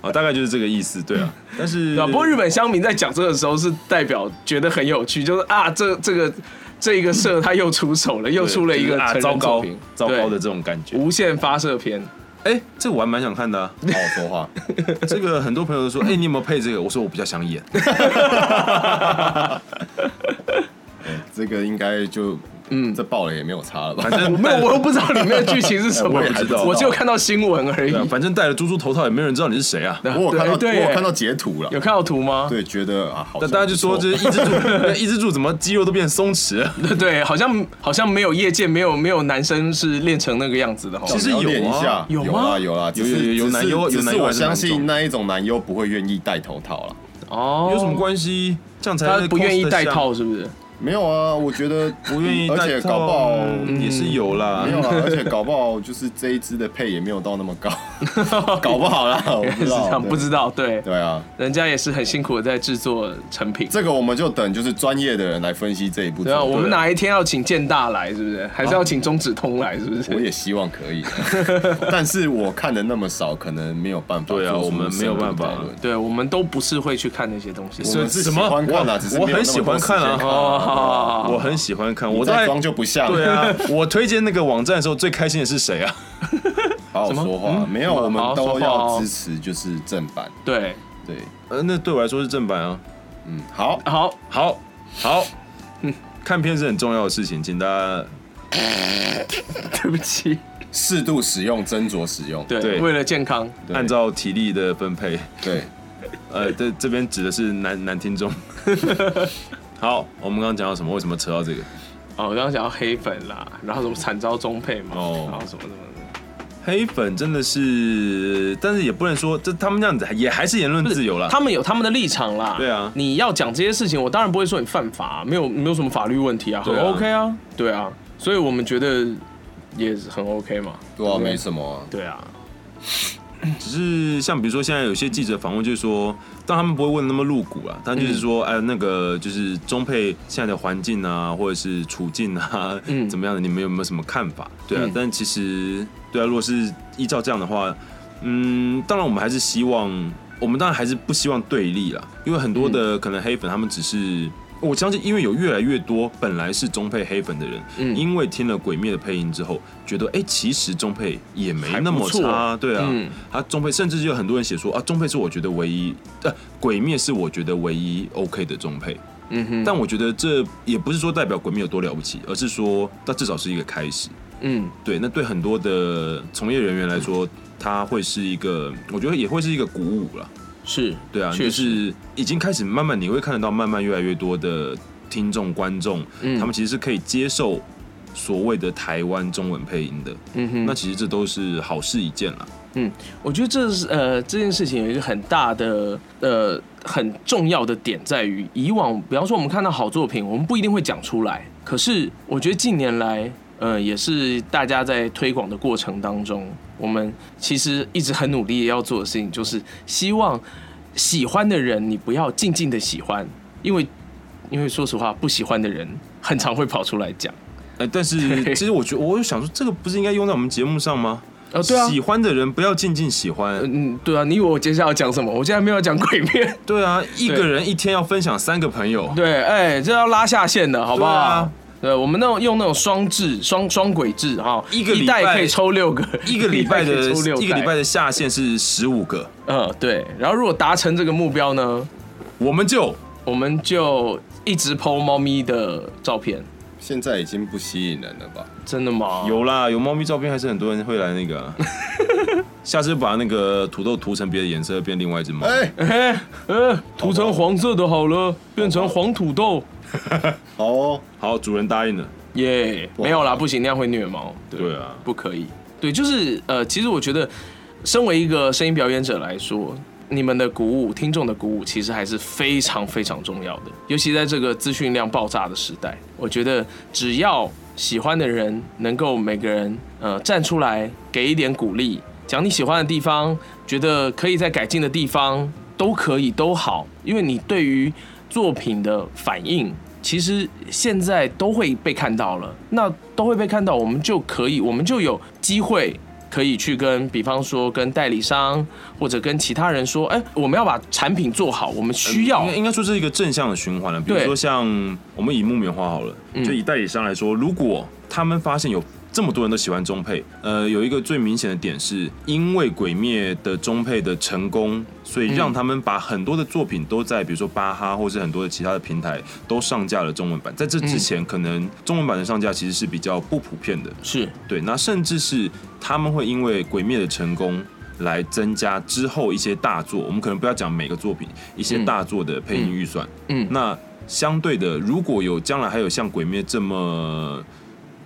[SPEAKER 1] 啊，大概就是这个意思，对 啊。但是，
[SPEAKER 3] 对吧？不过日本乡民在讲这个的时候是代表觉得很有趣，就是啊，这这个这一个社他又出手了，又
[SPEAKER 1] 对
[SPEAKER 3] 出了一
[SPEAKER 1] 就
[SPEAKER 3] 个
[SPEAKER 1] 是啊，
[SPEAKER 3] 成
[SPEAKER 1] 糟
[SPEAKER 3] 人作
[SPEAKER 1] 糕
[SPEAKER 3] 品，，
[SPEAKER 1] 糟糕的
[SPEAKER 3] 对
[SPEAKER 1] 这种感觉。
[SPEAKER 3] 无限发射篇，
[SPEAKER 1] 哎、这个我还蛮想看 的、啊。
[SPEAKER 4] 好好哦说话。
[SPEAKER 1] 这个很多朋友都说，哎、你有没有配这个？我说我比较想演。
[SPEAKER 4] 这个应该就嗯，这爆了也没有差了吧？
[SPEAKER 1] 反 正
[SPEAKER 3] 我没有， 我又不知道里面的剧情是什么，
[SPEAKER 1] 我也不知道
[SPEAKER 3] 我只有看到新闻而已
[SPEAKER 1] 对。啊，反正戴了猪猪头套，也没有人知道你是谁啊。
[SPEAKER 4] 我有看
[SPEAKER 3] 对
[SPEAKER 4] 到，我
[SPEAKER 3] 对
[SPEAKER 4] 有看到截图了
[SPEAKER 3] 有。看到图吗？
[SPEAKER 4] 对，觉得啊，好像不错。
[SPEAKER 1] 但大家就说，就是抑制住，抑制住怎么肌肉都变松弛了。
[SPEAKER 3] 对对，好像好像没有业界没有没有男生是练成那个样子的哈。
[SPEAKER 1] 其实
[SPEAKER 4] 你要
[SPEAKER 1] 有啊
[SPEAKER 4] 练一下，
[SPEAKER 3] 有吗
[SPEAKER 4] 啦有啦，只是只
[SPEAKER 1] 有有有
[SPEAKER 4] 是
[SPEAKER 1] 男优有
[SPEAKER 4] 只是
[SPEAKER 1] 男优
[SPEAKER 4] 我
[SPEAKER 1] 还是男
[SPEAKER 4] 相
[SPEAKER 1] 中
[SPEAKER 4] 信那一种男优不会愿意戴头套了。
[SPEAKER 3] 哦，
[SPEAKER 1] 有什么？关系？这样才
[SPEAKER 3] 他不愿意
[SPEAKER 1] cos 得
[SPEAKER 3] 戴
[SPEAKER 1] 像，
[SPEAKER 3] 套是不是？
[SPEAKER 4] 没有啊，我觉得
[SPEAKER 1] 不愿意戴套，
[SPEAKER 4] 而且搞不好
[SPEAKER 1] 嗯也是有
[SPEAKER 3] 啊
[SPEAKER 1] 啦
[SPEAKER 4] 没。有啦，而且搞不好就是这一支的配也没有到那么高，搞不好 啦，我不
[SPEAKER 3] 是
[SPEAKER 4] 知
[SPEAKER 3] 这
[SPEAKER 4] 道，
[SPEAKER 3] 样，不知道。对，
[SPEAKER 4] 对啊，
[SPEAKER 3] 人家也是很辛苦的在制作成品。
[SPEAKER 4] 这个我们就等就是专业的人来分析这一部作
[SPEAKER 3] 对啊，
[SPEAKER 4] 品。
[SPEAKER 3] 我们哪一天要请建大来，是不是？还是要请中指通来，是不
[SPEAKER 4] 我
[SPEAKER 3] 是？
[SPEAKER 4] 也希望可以，但是我看的那么少，可能没有办法。
[SPEAKER 1] 对啊我们没有办法
[SPEAKER 3] 对，我们都不是会去看那些东西。
[SPEAKER 4] 我们是
[SPEAKER 1] 什么？
[SPEAKER 4] 喜欢看啊只是
[SPEAKER 1] 我我
[SPEAKER 4] 没有
[SPEAKER 1] 很
[SPEAKER 4] 那么
[SPEAKER 1] 喜
[SPEAKER 4] 多
[SPEAKER 1] 欢
[SPEAKER 4] 时
[SPEAKER 1] 看啊
[SPEAKER 4] 间看
[SPEAKER 1] 哦
[SPEAKER 3] 哦，好好好好
[SPEAKER 1] 我很喜欢看。
[SPEAKER 4] 我
[SPEAKER 1] 我
[SPEAKER 4] 在
[SPEAKER 1] 在
[SPEAKER 4] 装就不像。
[SPEAKER 1] 对啊，我推荐那个网站的时候，最开心的是谁啊？
[SPEAKER 4] 好好说话，啊没有，我
[SPEAKER 3] 嗯
[SPEAKER 4] 们
[SPEAKER 3] 好好说
[SPEAKER 4] 都
[SPEAKER 3] 话哦
[SPEAKER 4] 要支持就是正版。
[SPEAKER 3] 对，
[SPEAKER 4] 对，
[SPEAKER 1] 呃，那对我来说是正版啊。
[SPEAKER 4] 嗯，好，
[SPEAKER 3] 好，
[SPEAKER 1] 好，好，嗯看片是很重要的事情，请大家
[SPEAKER 3] 对不起，
[SPEAKER 4] 适度使用，斟酌使用。
[SPEAKER 3] 对，
[SPEAKER 1] 对
[SPEAKER 3] 为了健康，
[SPEAKER 4] 对
[SPEAKER 1] 按照体力的分配。
[SPEAKER 4] 对，
[SPEAKER 1] 呃，这这边指的是男男听众。 好，我们刚刚讲到什么？为什么扯到这个？
[SPEAKER 3] 哦，我刚刚讲到黑粉啦，然后什么惨遭中配嘛，
[SPEAKER 1] 哦
[SPEAKER 3] 然后什么什么的，
[SPEAKER 1] 黑粉真的是，但是也不能说这他们这样子，也还是言论自由啦。
[SPEAKER 3] 他们有他们的立场啦。
[SPEAKER 1] 对啊
[SPEAKER 3] 你要讲这些事情，我当然不会说你犯法、啊没有没有什么法律问题啊，很
[SPEAKER 1] 对啊
[SPEAKER 3] OK 啊，对啊，所以我们觉得也是很 OK 嘛。
[SPEAKER 4] 对啊，没什么啊。
[SPEAKER 3] 对啊，
[SPEAKER 1] 只是像比如说现在有些记者访问，就是说，当他们不会问得那么露骨啊，但就是说，
[SPEAKER 3] 嗯
[SPEAKER 1] 哎、那个就是中配现在的环境啊，或者是处境啊，
[SPEAKER 3] 嗯
[SPEAKER 1] 怎么样的，你们有没有什么看法？对啊，
[SPEAKER 3] 嗯
[SPEAKER 1] 但其实对啊，如果是依照这样的话，嗯，当然我们还是希望，我们当然还是不希望对立啦，因为很多的
[SPEAKER 3] 嗯
[SPEAKER 1] 可能黑粉他们只是。我相信，因为有越来越多本来是中配黑粉的人，
[SPEAKER 3] 嗯
[SPEAKER 1] 因为听了《鬼灭》的配音之后，觉得哎、其实中配也没那
[SPEAKER 3] 还
[SPEAKER 1] 么
[SPEAKER 3] 不错
[SPEAKER 1] 差，对啊，
[SPEAKER 3] 嗯
[SPEAKER 1] 他中配甚至就有很多人写说啊，中配是我觉得唯一，呃，鬼灭是我觉得唯一 OK 的中配。
[SPEAKER 3] 嗯哼，
[SPEAKER 1] 但我觉得这也不是说代表鬼灭有多了不起，而是说它至少是一个开始。
[SPEAKER 3] 嗯
[SPEAKER 1] 对，那对很多的从业人员来说，它会是一个，我觉得也会是一个鼓舞了。
[SPEAKER 3] 是，
[SPEAKER 1] 对啊，
[SPEAKER 3] 确
[SPEAKER 1] 就
[SPEAKER 3] 实，
[SPEAKER 1] 是已经开始慢慢你会看得到，慢慢越来越多的听众观众，
[SPEAKER 3] 嗯
[SPEAKER 1] 他们其实是可以接受所谓的台湾中文配音的。
[SPEAKER 3] 嗯哼
[SPEAKER 1] 那其实这都是好事一件了。
[SPEAKER 3] 嗯，我觉得这是呃这件事情有一个很大的呃很重要的点在于，以往比方说我们看到好作品，我们不一定会讲出来，可是我觉得近年来，呃也是大家在推广的过程当中，我们其实一直很努力要做的事情，就是希望喜欢的人你不要静静的喜欢，因为因为说实话，不喜欢的人很常会跑出来讲，
[SPEAKER 1] 哎，但是其实我觉得，我就想说，这个不是应该用在我们节目上吗？
[SPEAKER 3] 呃对啊。
[SPEAKER 1] 喜欢的人不要静静喜欢。
[SPEAKER 3] 嗯，对啊，你以为我接下来要讲什么？我竟然没有讲鬼面。
[SPEAKER 1] 对啊，一个人一天要分享三个朋友。
[SPEAKER 3] 对，哎、这要拉下线的，好不好？
[SPEAKER 1] 对啊
[SPEAKER 3] 对我们那种用那种双制、双双轨制哈，
[SPEAKER 1] 一个礼拜
[SPEAKER 3] 袋可以抽六个，
[SPEAKER 1] 一个礼拜的
[SPEAKER 3] 可以抽六袋
[SPEAKER 1] 一个礼拜，的下限是十五个，
[SPEAKER 3] 嗯，对。然后如果达成这个目标呢，
[SPEAKER 1] 我们就
[SPEAKER 3] 我们就一直 PO 猫咪的照片，
[SPEAKER 4] 现在已经不吸引人了吧？
[SPEAKER 3] 真的吗？
[SPEAKER 1] 有啦，有猫咪照片，还是很多人会来那个、啊。下次把那个土豆涂成别的颜色，变另外一只猫。
[SPEAKER 4] 哎，
[SPEAKER 3] 哎哎，涂成黄色的好了，变成黄土豆。
[SPEAKER 4] 好哦，
[SPEAKER 1] 好，主人答应了。
[SPEAKER 3] 耶、
[SPEAKER 4] 哇
[SPEAKER 3] 没有啦，不行，那样会虐猫。对
[SPEAKER 1] 对啊
[SPEAKER 3] 不可以。对，就是呃，其实呃我觉得，身为一个声音表演者来说，你们的鼓舞、听众的鼓舞，其实还是非常非常重要的。尤其在这个资讯量爆炸的时代，我觉得只要喜欢的人能够每个人呃站出来，给一点鼓励，讲你喜欢的地方，觉得可以在改进的地方，都可以，都好，因为你对于作品的反应，其实现在都会被看到了，那都会被看到，我们就可以，我们就有机会可以去跟，比方说跟代理商或者跟其他人说，哎，我们要把产品做好，我们需要
[SPEAKER 1] 应该，应该说是一个正向的循环啊了。比如
[SPEAKER 3] 对
[SPEAKER 1] 说像我们以木棉花好了，就以代理商来说，如果他们发现有这么多人都喜欢中配，呃，有一个最明显的点是，因为《鬼灭》的中配的成功，所以让他们把很多的作品都在比如说巴哈或是很多的其他的平台都上架了中文版。在这之前，可能中文版的上架其实是比较不普遍的。
[SPEAKER 3] 是
[SPEAKER 1] 对，那甚至是他们会因为《鬼灭》的成功来增加之后一些大作，我们可能不要讲每个作品，一些大作的配音预算。
[SPEAKER 3] 嗯嗯嗯
[SPEAKER 1] 那相对的，如果有将来还有像《鬼灭》这么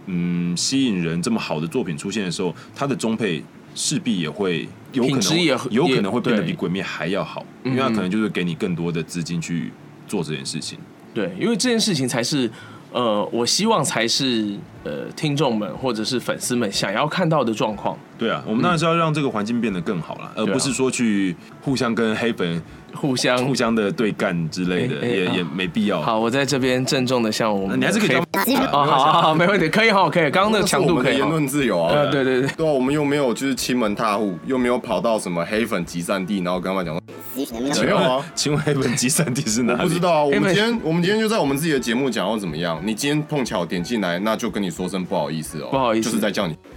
[SPEAKER 1] 嗯吸引人这么好的作品出现的时候，它的中配势必也会。有可
[SPEAKER 3] 品质
[SPEAKER 1] 能
[SPEAKER 3] 也
[SPEAKER 1] 有
[SPEAKER 3] 也
[SPEAKER 1] 可能会变得
[SPEAKER 3] 对嗯
[SPEAKER 1] 比《鬼灭》还要好，因为它可能就是给你更多的资金去做这件事情。
[SPEAKER 3] 对，因为这件事情才是，呃，我希望才是呃听众们或者是粉丝们想要看到的状况，
[SPEAKER 1] 对啊，我们当然是要让这个环境变得更好了，而
[SPEAKER 3] 嗯对啊
[SPEAKER 1] 不是说去互相跟黑粉
[SPEAKER 3] 互 相
[SPEAKER 1] 互相的对干之类的，
[SPEAKER 3] 哎哎
[SPEAKER 1] 也、
[SPEAKER 3] 啊
[SPEAKER 1] 也没必要。
[SPEAKER 3] 好，我在这边郑重的向我们，
[SPEAKER 1] 呃你还是可以当
[SPEAKER 3] 哦，好好好，没问题，可以哈，可以，刚刚那个
[SPEAKER 4] 这是
[SPEAKER 3] 强
[SPEAKER 4] 我
[SPEAKER 3] 度
[SPEAKER 4] 们
[SPEAKER 3] 可
[SPEAKER 4] 的
[SPEAKER 3] 以
[SPEAKER 4] 言
[SPEAKER 3] 哈。
[SPEAKER 4] 论自由啊。
[SPEAKER 3] 呃，对对对，
[SPEAKER 4] 对啊，我们又没有就是亲门踏户，又没有跑到什么黑粉集散地，然后跟他们讲 说没有啊。
[SPEAKER 1] 请问黑本集散地是
[SPEAKER 4] 我
[SPEAKER 1] 哪里？
[SPEAKER 4] 不知道 啊，我
[SPEAKER 3] 黑粉
[SPEAKER 4] 们今天我们今天就在我们自己的节目讲要怎么样。你今天碰巧点进来，那就跟你说声不好意思哦，
[SPEAKER 3] 不好意思
[SPEAKER 4] 就是在叫你。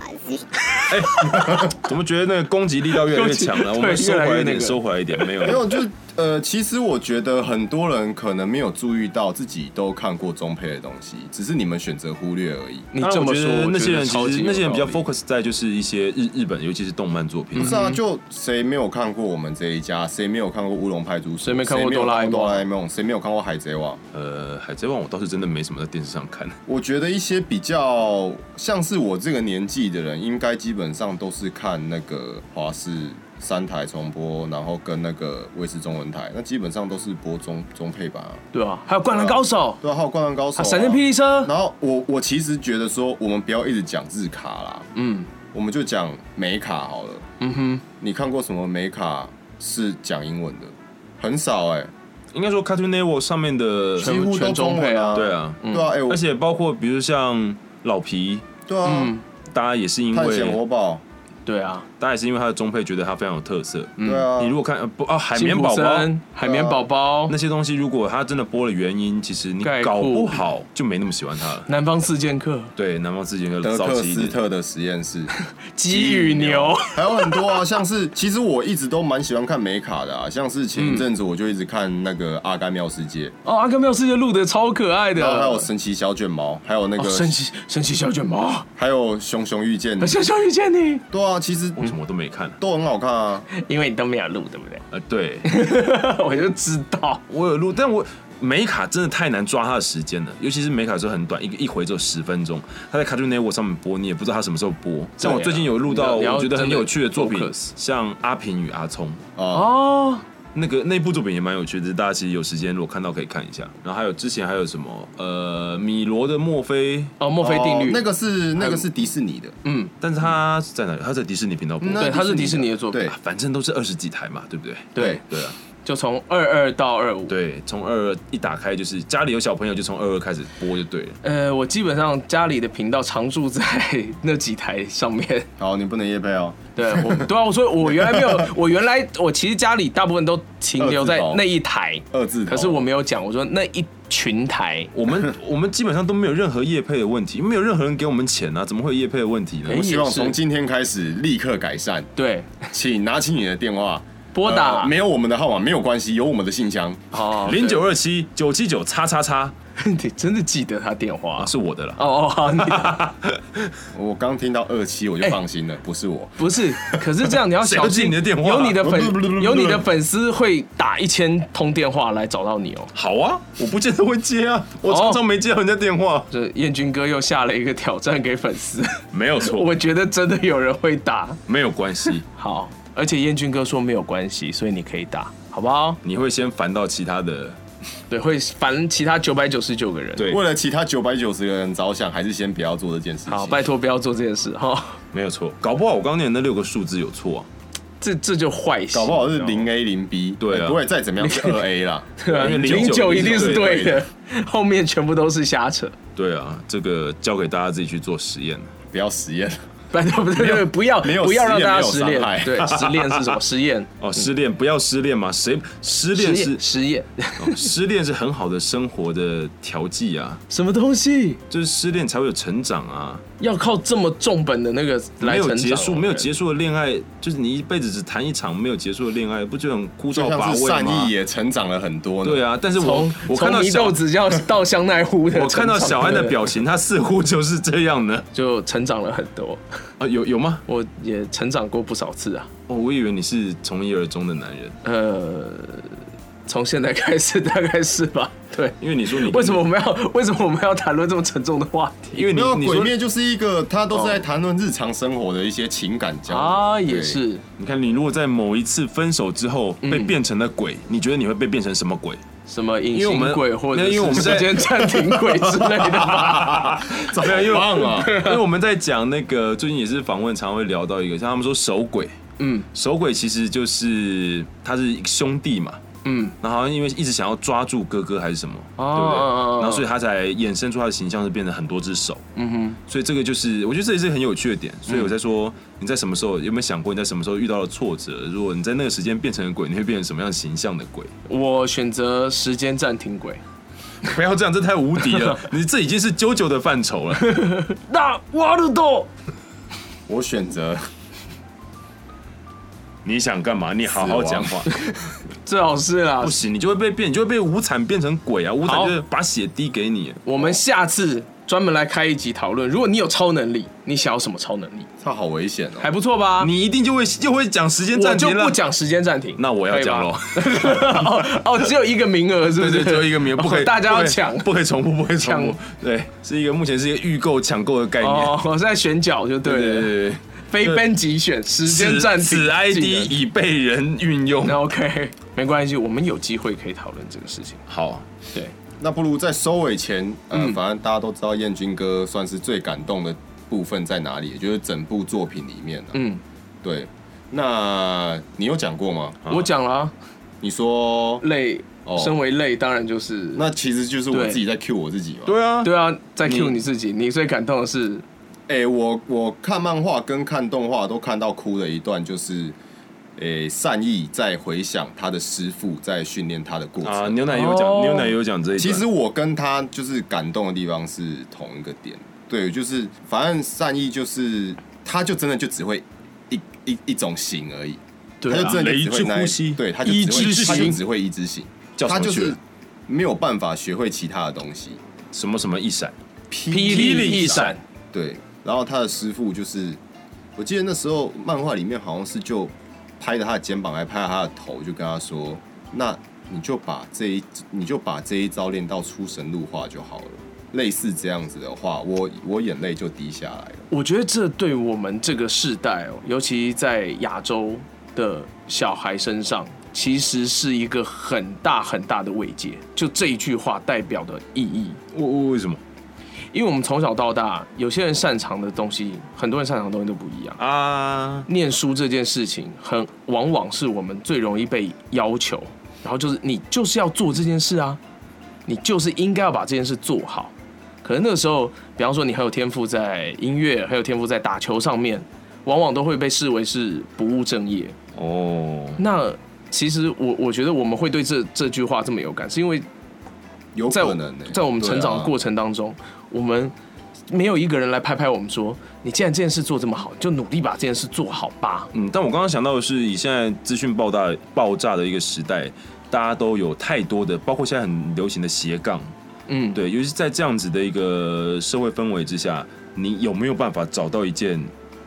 [SPEAKER 1] 怎么觉得那个攻击力道越来越强了？
[SPEAKER 3] 攻击
[SPEAKER 1] 我们收
[SPEAKER 3] 对越来
[SPEAKER 1] 回
[SPEAKER 3] 越
[SPEAKER 1] 一
[SPEAKER 3] 那
[SPEAKER 1] 点，
[SPEAKER 3] 个
[SPEAKER 1] 收回来一点，没有
[SPEAKER 4] 没有，就是呃，其实我觉得很多人可能没有注意到自己都看过中配的东西，只是你们选择忽略而已。
[SPEAKER 3] 你
[SPEAKER 1] 当
[SPEAKER 3] 这
[SPEAKER 1] 然
[SPEAKER 3] 么
[SPEAKER 1] 我觉
[SPEAKER 3] 说
[SPEAKER 1] 得，那些人
[SPEAKER 3] 我觉得超级
[SPEAKER 1] 其实
[SPEAKER 3] 有
[SPEAKER 1] 那些人比较
[SPEAKER 3] 道理
[SPEAKER 1] focus 在就是一些日日本，尤其是动漫作
[SPEAKER 3] 嗯
[SPEAKER 1] 品
[SPEAKER 4] 不。是啊，就谁没有看过我们这一家？谁没有看过乌龙派出所？
[SPEAKER 3] 谁没看过
[SPEAKER 4] 谁有
[SPEAKER 3] 哆啦 A 梦啊
[SPEAKER 4] 哆啦 A 梦？谁没有看过海贼王？
[SPEAKER 1] 呃，海贼王我倒是真的没什么在电视上看。
[SPEAKER 4] 我觉得一些比较像是我这个年纪的人，应该基本上都是看那个华视三台重播，然后跟那个卫视中文台，那基本上都是播中中配版啊。
[SPEAKER 3] 对啊，还有《灌篮高手
[SPEAKER 4] 对啊，还有《灌篮高》手、
[SPEAKER 3] 啊，
[SPEAKER 4] 啊
[SPEAKER 3] 《闪电霹雳车》，
[SPEAKER 4] 然后我我其实觉得说，我们不要一直讲日卡啦，
[SPEAKER 3] 嗯
[SPEAKER 4] 我们就讲美卡好了。
[SPEAKER 3] 嗯哼，
[SPEAKER 4] 你看过什么美卡是讲英文的？很少哎、
[SPEAKER 1] 应该说 Cartoon Network 上面的，
[SPEAKER 4] 几乎都
[SPEAKER 3] 全中
[SPEAKER 4] 中
[SPEAKER 3] 配
[SPEAKER 4] 文
[SPEAKER 3] 啊
[SPEAKER 1] 对啊，
[SPEAKER 4] 对啊，哎、我
[SPEAKER 1] 而且包括比如像老皮，
[SPEAKER 4] 对啊，
[SPEAKER 3] 嗯，
[SPEAKER 1] 大家也是因
[SPEAKER 4] 探险
[SPEAKER 1] 为
[SPEAKER 4] 活宝，
[SPEAKER 3] 对啊，
[SPEAKER 1] 大家也是因为他的中配觉得他非常有特色。
[SPEAKER 3] 嗯
[SPEAKER 4] 对啊，
[SPEAKER 1] 你如果看呃不啊海
[SPEAKER 3] 辛
[SPEAKER 1] 绵
[SPEAKER 3] 普
[SPEAKER 1] 宝宝，
[SPEAKER 3] 森、海绵宝宝
[SPEAKER 1] 那、些东西，如果他真的播了原因，其实你
[SPEAKER 3] 概括
[SPEAKER 1] 搞不好就没那么喜欢他了。
[SPEAKER 3] 南方四剑客、
[SPEAKER 1] 对，南方四剑
[SPEAKER 4] 德
[SPEAKER 1] 客早
[SPEAKER 4] 克
[SPEAKER 1] 期一
[SPEAKER 4] 斯
[SPEAKER 1] 点，
[SPEAKER 4] 特的实 验室，
[SPEAKER 3] 鸡与牛，
[SPEAKER 4] 还有很多啊，像是其实我一直都蛮喜欢看美卡的啊，像是前一阵子我就一直看那个《阿甘妙世界》
[SPEAKER 3] 哦，阿克妙世界录的超可爱的，
[SPEAKER 4] 然后还有神奇小卷毛，还有那
[SPEAKER 3] 哦，神
[SPEAKER 4] 个，
[SPEAKER 3] 奇神奇小卷毛，
[SPEAKER 4] 还有熊熊遇见你
[SPEAKER 3] 小，小遇见你，
[SPEAKER 4] 对啊，其实
[SPEAKER 1] 为什么我都没看？
[SPEAKER 4] 都很好看啊。
[SPEAKER 3] 因为你都没有录，对不对？
[SPEAKER 1] 呃，对
[SPEAKER 3] 我就知道，
[SPEAKER 1] 我有录，但我美卡真的太难抓他的时间了，尤其是美卡是很短，一个一回只有十分钟，他在 Cartoon Network 上面播，你也不知道他什么时候播。像我最近有录
[SPEAKER 3] 啊
[SPEAKER 1] 到
[SPEAKER 3] 你要
[SPEAKER 1] 我觉得很有趣的作
[SPEAKER 3] 你要
[SPEAKER 1] 品，
[SPEAKER 3] 真的 focus
[SPEAKER 1] 像《阿平与阿聪》。
[SPEAKER 3] 哦，
[SPEAKER 1] 那个那部作品也蛮有趣的，大家其实有时间如果看到可以看一下。然后还有之前还有什么呃米罗的墨菲，
[SPEAKER 3] 哦，墨菲定律，
[SPEAKER 4] 哦那个是那个是迪士尼的，
[SPEAKER 3] 嗯，
[SPEAKER 1] 但是他在哪里？他在迪士尼频道播，
[SPEAKER 4] 那
[SPEAKER 3] 对，它是迪士尼的作品
[SPEAKER 4] 对，
[SPEAKER 1] 啊反正都是二十几台嘛，对不对？
[SPEAKER 4] 对
[SPEAKER 1] 对啊，
[SPEAKER 3] 就从二二到二五，
[SPEAKER 1] 对，从二二一打开就是家里有小朋友就从二二开始播就对了。
[SPEAKER 3] 呃，我基本上家里的频道常驻在那几台上 面。
[SPEAKER 4] 好，你不能夜配哦。
[SPEAKER 3] 对，我对啊，我说我原来没 有，我原来我其实家里大部分都停留在那一台，
[SPEAKER 4] 二字头，
[SPEAKER 3] 可是我没有讲，我说那一群台。
[SPEAKER 1] 我 们我们基本上都没有任何业配的问题，没有任何人给我们钱啊，怎么会有业配的问题呢？
[SPEAKER 3] 哎
[SPEAKER 4] 我希望
[SPEAKER 3] 也是
[SPEAKER 4] 从今天开始立刻改善，
[SPEAKER 3] 对，
[SPEAKER 4] 请拿起你的电话
[SPEAKER 3] 拨
[SPEAKER 4] 呃
[SPEAKER 3] 打
[SPEAKER 4] 没有我们的号码没有关系，有我们的信箱。
[SPEAKER 3] 哦，
[SPEAKER 1] 零九二七九七九叉叉叉
[SPEAKER 3] 你真的记得他电话
[SPEAKER 1] 啊，？是我的啦。
[SPEAKER 3] 哦哦，好，你
[SPEAKER 4] 我刚听到二七我就放心了，
[SPEAKER 3] 哎
[SPEAKER 4] 不是我。
[SPEAKER 3] 不是，可是这样你要
[SPEAKER 1] 谁
[SPEAKER 3] 小
[SPEAKER 1] 会记
[SPEAKER 3] 心
[SPEAKER 1] 你的电话
[SPEAKER 3] 有你的
[SPEAKER 4] 不不不不不
[SPEAKER 3] 粉，有你的粉丝会打一千通电话来找到你哦。
[SPEAKER 1] 好啊，我不见得会接啊，我常常没接到人家电话，
[SPEAKER 3] 这燕军哥又下了一个挑战给粉丝，
[SPEAKER 1] 没有错
[SPEAKER 3] 我，觉得真的有人会打。
[SPEAKER 1] 没有关 系，
[SPEAKER 3] 好，而且燕军哥说没有关系，所以你可以打，好不好？
[SPEAKER 1] 你会先烦到其他的。
[SPEAKER 3] 对，会烦其他九百九十九个人。
[SPEAKER 1] 对
[SPEAKER 4] 为了其他九百九十个人着想，还是先不要做这件事情。
[SPEAKER 3] 好，拜托不要做这件事哈、
[SPEAKER 1] 没有错，搞不好我刚念的那六个数字有错啊。
[SPEAKER 3] 这这就坏心。
[SPEAKER 4] 搞不好是零 A 零 B，
[SPEAKER 1] 对啊
[SPEAKER 4] 哎不会再怎么样是二 A 啦。
[SPEAKER 3] 对啊，
[SPEAKER 1] 因为
[SPEAKER 3] 零
[SPEAKER 1] 09
[SPEAKER 3] 九一定是对
[SPEAKER 4] 对
[SPEAKER 3] 的， 后面全部都是瞎扯。
[SPEAKER 1] 对啊，这个交给大家自己去做实验。
[SPEAKER 4] 不要实验，
[SPEAKER 3] 拜托，不对，不要
[SPEAKER 4] 没有
[SPEAKER 3] 不要让大家失
[SPEAKER 4] 实验没有
[SPEAKER 3] 恋
[SPEAKER 4] 伤害。
[SPEAKER 3] 对，失恋是什么？失恋。
[SPEAKER 1] 哦，失恋不要失恋嘛，谁
[SPEAKER 3] 失
[SPEAKER 1] 失恋是
[SPEAKER 3] 业，失业，
[SPEAKER 1] 哦失恋是很好的生活的调剂啊，
[SPEAKER 3] 什么东西
[SPEAKER 1] 就是失恋才会有成长啊。
[SPEAKER 3] 要靠这么重本的那个来
[SPEAKER 1] 没有
[SPEAKER 3] 成哦
[SPEAKER 1] 结束，没有
[SPEAKER 3] 束，
[SPEAKER 1] 结束的恋爱，就是你一辈子只谈一场没有结束的恋爱，不就很枯燥
[SPEAKER 4] 就
[SPEAKER 1] 乏
[SPEAKER 4] 像是
[SPEAKER 1] 味
[SPEAKER 4] 善
[SPEAKER 1] 吗
[SPEAKER 4] 意？也成长了很多呢。
[SPEAKER 1] 对，啊，但是我
[SPEAKER 3] 从
[SPEAKER 1] 我看到
[SPEAKER 3] 从泥
[SPEAKER 1] 小
[SPEAKER 3] 豆子要到香奈乎的
[SPEAKER 1] 我
[SPEAKER 3] 成长，
[SPEAKER 1] 看到小安的表情，他似乎就是这样呢。
[SPEAKER 3] 就成长了很多，
[SPEAKER 1] 啊，有有吗？
[SPEAKER 3] 我也成长过不少次啊。
[SPEAKER 1] 哦，我以为你是从一而终的男人，
[SPEAKER 3] 呃，从现在开始大概是吧？ 对，
[SPEAKER 1] 因为你说你
[SPEAKER 3] 为什么我啊们要为什么我们要谈论这么沉重的话题
[SPEAKER 1] 因为你
[SPEAKER 4] 没有
[SPEAKER 1] 你
[SPEAKER 4] 鬼
[SPEAKER 1] 说
[SPEAKER 4] 灭就是一个，他都是在谈论日常生活的一些情感交流
[SPEAKER 3] 哦啊？也
[SPEAKER 4] 对
[SPEAKER 3] 是，
[SPEAKER 1] 你看你如果在某一次分手之后
[SPEAKER 3] 嗯
[SPEAKER 1] 被变成了鬼，你觉得你会被变成什么鬼？
[SPEAKER 3] 什么隐
[SPEAKER 1] 因为我
[SPEAKER 3] 形
[SPEAKER 1] 们
[SPEAKER 3] 鬼或者
[SPEAKER 1] 没有因为我们
[SPEAKER 3] 是
[SPEAKER 1] 在
[SPEAKER 3] 时间暂停鬼之类的吧？
[SPEAKER 1] 没有，因为
[SPEAKER 4] 棒啊
[SPEAKER 1] 因为我们在讲那个最近也是访问，常会聊到一个，像他们说守鬼，
[SPEAKER 3] 嗯
[SPEAKER 1] 守鬼其实就是他是兄弟嘛，
[SPEAKER 3] 嗯，
[SPEAKER 1] 然后好像因为一直想要抓住哥哥还是什么，
[SPEAKER 3] 哦
[SPEAKER 1] 对不对？
[SPEAKER 3] 哦哦哦
[SPEAKER 1] 然后所以他才衍生出他的形象是变成很多只手，
[SPEAKER 3] 嗯哼，嗯
[SPEAKER 1] 所以这个就是我觉得这也是很有趣的点。所以我在说，你在什么时候有没有想过你在什么时候遇到了挫折？如果你在那个时间变成了鬼，你会变成什么样形象的鬼？
[SPEAKER 3] 我选择时间暂停鬼。
[SPEAKER 1] 不要这样，这太无 敌了！你这已经是啾啾的范畴了。
[SPEAKER 3] 那挖的多，
[SPEAKER 4] 我选择
[SPEAKER 1] 你想干嘛？你好好讲话，
[SPEAKER 3] 最好是啦
[SPEAKER 1] 不。行，你就会被变，你就会被无惨变成鬼啊！无惨
[SPEAKER 3] 好
[SPEAKER 1] 就是把血滴给你。
[SPEAKER 3] 我们下次专门来开一集讨论，如果你有超能力，你想要什么超能力？
[SPEAKER 4] 他好危险哦。
[SPEAKER 3] 还不错吧？
[SPEAKER 1] 你一定就会又会讲时间
[SPEAKER 3] 我
[SPEAKER 1] 暂
[SPEAKER 3] 就
[SPEAKER 1] 停了
[SPEAKER 3] 不，讲时间暂停，
[SPEAKER 1] 那我要讲
[SPEAKER 3] 喽。
[SPEAKER 1] 喽。
[SPEAKER 3] 哦哦，只有一个名额是不
[SPEAKER 1] 对
[SPEAKER 3] 是？
[SPEAKER 1] 对，只有一个名额，不可 以，
[SPEAKER 3] 大家要
[SPEAKER 1] 不可以
[SPEAKER 3] 抢
[SPEAKER 1] 不可以重复，不可以重复
[SPEAKER 3] 抢。
[SPEAKER 1] 对，是一个目前是一个预购抢购的概念。
[SPEAKER 3] 哦，我在选角就对了，
[SPEAKER 1] 对对对对，
[SPEAKER 3] 非编辑选时间
[SPEAKER 1] 此
[SPEAKER 3] 暂停技
[SPEAKER 1] 此
[SPEAKER 3] 能。
[SPEAKER 1] ID 已被人运用。
[SPEAKER 3] 那 OK，没关系，我们有机会可以讨论这个事情。
[SPEAKER 1] 好，
[SPEAKER 3] 对，
[SPEAKER 4] 那不如在收尾前，呃，反正大家都知道燕军哥算是最感动的部分在哪里，也就是整部作品里面、啊、
[SPEAKER 3] 嗯，
[SPEAKER 4] 对，那你有讲过吗？
[SPEAKER 3] 我讲了、啊，
[SPEAKER 4] 你说，
[SPEAKER 3] 累，
[SPEAKER 4] 哦
[SPEAKER 3] 身为累，当然就是
[SPEAKER 4] 那其实就是我
[SPEAKER 3] 对
[SPEAKER 4] 自己在 cue 我自己嘛。
[SPEAKER 1] 对 啊，
[SPEAKER 3] 对啊，在 Q
[SPEAKER 1] 你
[SPEAKER 3] 你自己，你最感动的是
[SPEAKER 4] 哎、我我看漫画跟看动画都看到哭的一段，就是，诶、善意在回想他的师傅在训练他的过程。
[SPEAKER 1] 啊，牛奶有讲，
[SPEAKER 3] 哦
[SPEAKER 1] 牛奶有讲这一段。
[SPEAKER 4] 其实我跟他就是感动的地方是同一个点，对，就是反正善意就是，他就真的就只会一一一种型而已，
[SPEAKER 3] 对
[SPEAKER 4] 他
[SPEAKER 3] 啊
[SPEAKER 4] 就真的
[SPEAKER 1] 雷
[SPEAKER 4] 就只
[SPEAKER 1] 之
[SPEAKER 4] 会那
[SPEAKER 1] 呼吸
[SPEAKER 4] 对，他就
[SPEAKER 1] 一
[SPEAKER 4] 只会
[SPEAKER 1] 之
[SPEAKER 4] 他就
[SPEAKER 1] 型
[SPEAKER 4] 只会一只型，
[SPEAKER 1] 叫什
[SPEAKER 4] 他
[SPEAKER 1] 么
[SPEAKER 4] 就是
[SPEAKER 1] 去？
[SPEAKER 4] 没有办法学会其他的东西，
[SPEAKER 1] 什么什么一闪？
[SPEAKER 3] 霹雳一闪，
[SPEAKER 4] 对，然后他的师傅就是，我记得那时候漫画里面好像是就拍着他的肩膀，还拍着他的头，就跟他说：“那你就把这一你就把这一招练到出神入化就好了。”类似这样子的话，我我眼泪就滴下来了。
[SPEAKER 3] 我觉得这对我们这个世代哦，尤其在亚洲的小孩身上，其实是一个很大很大的慰藉。就这一句话代表的意义，
[SPEAKER 1] 为为为什么
[SPEAKER 3] 因为我们从小到大，有些人擅长的东西，很多人擅长的东西都不一样。
[SPEAKER 1] 啊？
[SPEAKER 3] 念书这件事情，很往往是我们最容易被要求，然后就是你就是要做这件事啊，你就是应该要把这件事做好。可能那个时候，比方说你很有天赋在音乐，很有天赋在打球上面，往往都会被视为是不务正业。
[SPEAKER 1] 哦，
[SPEAKER 3] 那其实我我觉得我们会对这这句话这么有感，是因为
[SPEAKER 4] 有
[SPEAKER 3] 在
[SPEAKER 4] 可能、欸
[SPEAKER 3] 在我们成长的过程当中，我们没有一个人来拍拍我们说，你既然这件事做这么好，就努力把这件事做好吧。
[SPEAKER 1] 嗯，但我刚刚想到的是，以现在资讯爆炸爆炸的一个时代，大家都有太多的，包括现在很流行的斜杠，
[SPEAKER 3] 嗯，
[SPEAKER 1] 对，尤其是在这样子的一个社会氛围之下，你有没有办法找到一件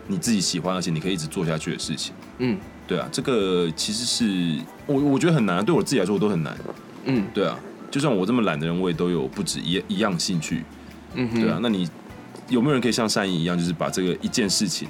[SPEAKER 1] 你自己喜欢，而且你可以一直做下去的事情？
[SPEAKER 3] 嗯
[SPEAKER 1] 对啊，这个其实是我我觉得很难，对我自己来说我都很难。
[SPEAKER 3] 嗯
[SPEAKER 1] 对啊，就算我这么懒的人，我也都有不止一一样兴趣。
[SPEAKER 3] 嗯哼，
[SPEAKER 1] 对啊，那你有没有人可以像善意一样，就是把这个一件事情，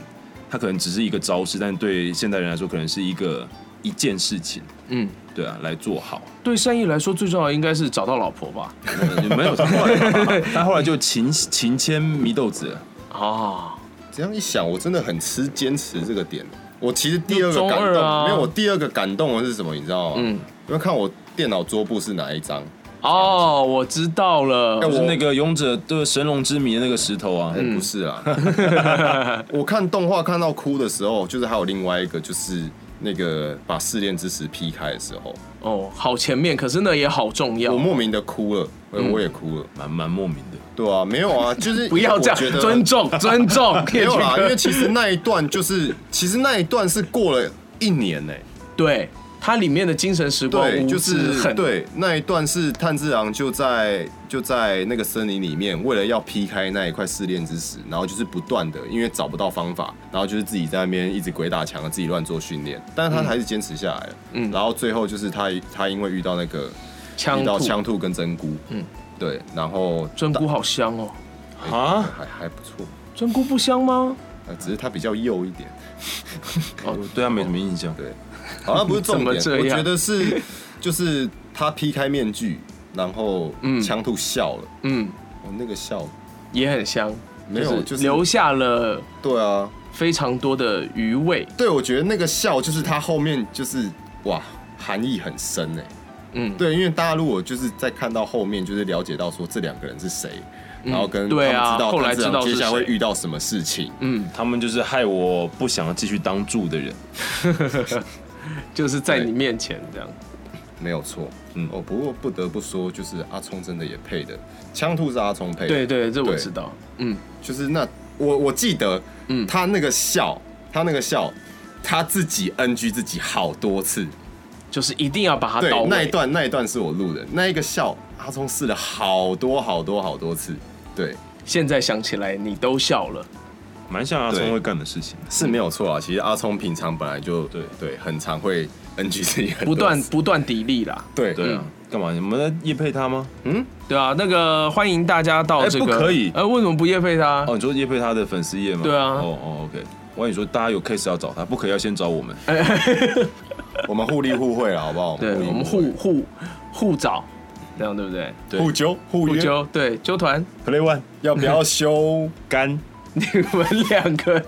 [SPEAKER 1] 它可能只是一个招式，但对现代人来说，可能是一个一件事情，
[SPEAKER 3] 嗯，
[SPEAKER 1] 对啊，来做好。
[SPEAKER 3] 对善意来说，最重要的应该是找到老婆吧。
[SPEAKER 1] 嗯没有，他后 来他后来就勤勤签祢豆子了，
[SPEAKER 3] 啊，
[SPEAKER 4] 这样一想，我真的很吃坚持这个点。我其实第二个
[SPEAKER 3] 就中
[SPEAKER 4] 感动，
[SPEAKER 3] 二啊
[SPEAKER 4] 没有我第二个感动的是什么？你知道吗？
[SPEAKER 3] 嗯
[SPEAKER 4] 嗯，因为看我电脑桌布是哪一张，
[SPEAKER 3] 哦，我知道了
[SPEAKER 4] 哎，
[SPEAKER 1] 就
[SPEAKER 4] 我
[SPEAKER 1] 是那个勇者的神龙之谜的那个石头啊
[SPEAKER 4] 哎、。
[SPEAKER 3] 嗯
[SPEAKER 4] 不是啦。 我看动画看到哭的时候，就是还有另外一个，就是那个把试炼之石劈开的时候，
[SPEAKER 3] 哦，好前面，可是那也好重要
[SPEAKER 4] 我。莫名的哭了，哎我也哭了。
[SPEAKER 1] 蛮蛮莫名的，
[SPEAKER 4] 对啊，没有啊，就是
[SPEAKER 3] 嗯 不要这样
[SPEAKER 4] 我觉，得
[SPEAKER 3] 尊重， 尊重。
[SPEAKER 4] 没有
[SPEAKER 3] 叶君
[SPEAKER 4] 啦，
[SPEAKER 3] 哥
[SPEAKER 4] 因为其实那一段就是，其实那一段是过了一年欸呢、
[SPEAKER 3] 对它里面的精神时光
[SPEAKER 4] 对，
[SPEAKER 3] 屋
[SPEAKER 4] 就是
[SPEAKER 3] 很，
[SPEAKER 4] 对那一段是炭治郎就在就在那个森林里面，为了要劈开那一块试炼之石，然后就是不断的，因为找不到方法，然后就是自己在那边一直鬼打墙，自己乱做训练，但是他还是坚持下来了。
[SPEAKER 3] 嗯
[SPEAKER 4] 嗯，然后最后就是他他因为遇到那个
[SPEAKER 3] 枪
[SPEAKER 4] 遇到
[SPEAKER 3] 吐
[SPEAKER 4] 枪兔跟真菇，
[SPEAKER 3] 嗯
[SPEAKER 4] 嗯，对，然后
[SPEAKER 3] 真菇好香哦，
[SPEAKER 1] 啊
[SPEAKER 4] 啊还还不错，
[SPEAKER 3] 真菇不香吗？
[SPEAKER 4] 呃只是他比较幼一点。
[SPEAKER 1] 我哎对他啊没什么印 象。
[SPEAKER 4] 对，好像不是重
[SPEAKER 3] 怎么
[SPEAKER 4] 点，
[SPEAKER 3] 这
[SPEAKER 4] 我
[SPEAKER 3] 样
[SPEAKER 4] 觉得是就是他劈开面具，然后
[SPEAKER 3] 嗯
[SPEAKER 4] 枪兔笑了，
[SPEAKER 3] 嗯，
[SPEAKER 4] 哦，那个笑
[SPEAKER 3] 也很香，
[SPEAKER 4] 没有，就是
[SPEAKER 3] 留下了
[SPEAKER 4] 对啊，
[SPEAKER 3] 非常多的余味。
[SPEAKER 4] 对，我觉得那个笑就是他后面就是哇，含义很深哎。
[SPEAKER 3] 嗯，
[SPEAKER 4] 对，因为大家如果就是在看到后面，就是了解到说这两个人是谁，然后跟他们
[SPEAKER 3] 对
[SPEAKER 4] 知
[SPEAKER 3] 啊
[SPEAKER 4] 道
[SPEAKER 3] 后来
[SPEAKER 4] 他知
[SPEAKER 3] 知道
[SPEAKER 4] 道接
[SPEAKER 3] 是
[SPEAKER 4] 下来会
[SPEAKER 3] 谁
[SPEAKER 4] 遇到什么事情，
[SPEAKER 3] 嗯，
[SPEAKER 1] 他们就是害我不想继续当助的人，
[SPEAKER 3] 就是在
[SPEAKER 4] 对
[SPEAKER 3] 你面前这样。
[SPEAKER 4] 没有错。
[SPEAKER 1] 嗯
[SPEAKER 4] 嗯，哦，不过不得不说，就是阿聪真的也配的，枪兔是阿聪配的，
[SPEAKER 3] 对对，这我
[SPEAKER 4] 对
[SPEAKER 3] 知道。嗯，
[SPEAKER 4] 就是那我我记得，
[SPEAKER 3] 嗯
[SPEAKER 4] 他那个笑，他那个笑，他自己 NG 自己好多次，
[SPEAKER 3] 就是一定要把它
[SPEAKER 4] 对
[SPEAKER 3] 到，
[SPEAKER 4] 那一
[SPEAKER 3] 位。
[SPEAKER 4] 段那一段是我录的，那一个笑，阿聪试了好多好多好多次，对，
[SPEAKER 3] 现在想起来，你都笑了。
[SPEAKER 1] 蛮像阿聪
[SPEAKER 4] 对
[SPEAKER 1] 会干的事情。
[SPEAKER 4] 是没有错啊。其实阿聪平常本来就
[SPEAKER 1] 对
[SPEAKER 4] 对，很常会 NG 自己很
[SPEAKER 3] 不
[SPEAKER 4] 多
[SPEAKER 3] 断
[SPEAKER 4] 次
[SPEAKER 3] 不断砥砺啦。
[SPEAKER 4] 对
[SPEAKER 1] 对啊，干嘛？你们在夜配他吗？
[SPEAKER 3] 对啊，那个欢迎大家到
[SPEAKER 1] 哎
[SPEAKER 3] 这
[SPEAKER 1] 不
[SPEAKER 3] 个，
[SPEAKER 1] 可以
[SPEAKER 3] 呃，为什么不夜配他？
[SPEAKER 1] 哦，你说叶配他的粉丝页吗？
[SPEAKER 3] 对啊
[SPEAKER 1] 哦哦，OK。我跟你说，大家有 case 要找他，不可以要先找我们。
[SPEAKER 4] 嗯我们互利互惠啊了，好不好？
[SPEAKER 3] 对，我们互互互找，这样对不对？
[SPEAKER 1] 对
[SPEAKER 4] 互揪互
[SPEAKER 3] 不
[SPEAKER 4] 约
[SPEAKER 3] 揪，对，揪团，
[SPEAKER 1] Play One
[SPEAKER 4] 要不要 修？
[SPEAKER 1] 干，
[SPEAKER 3] 你们两个。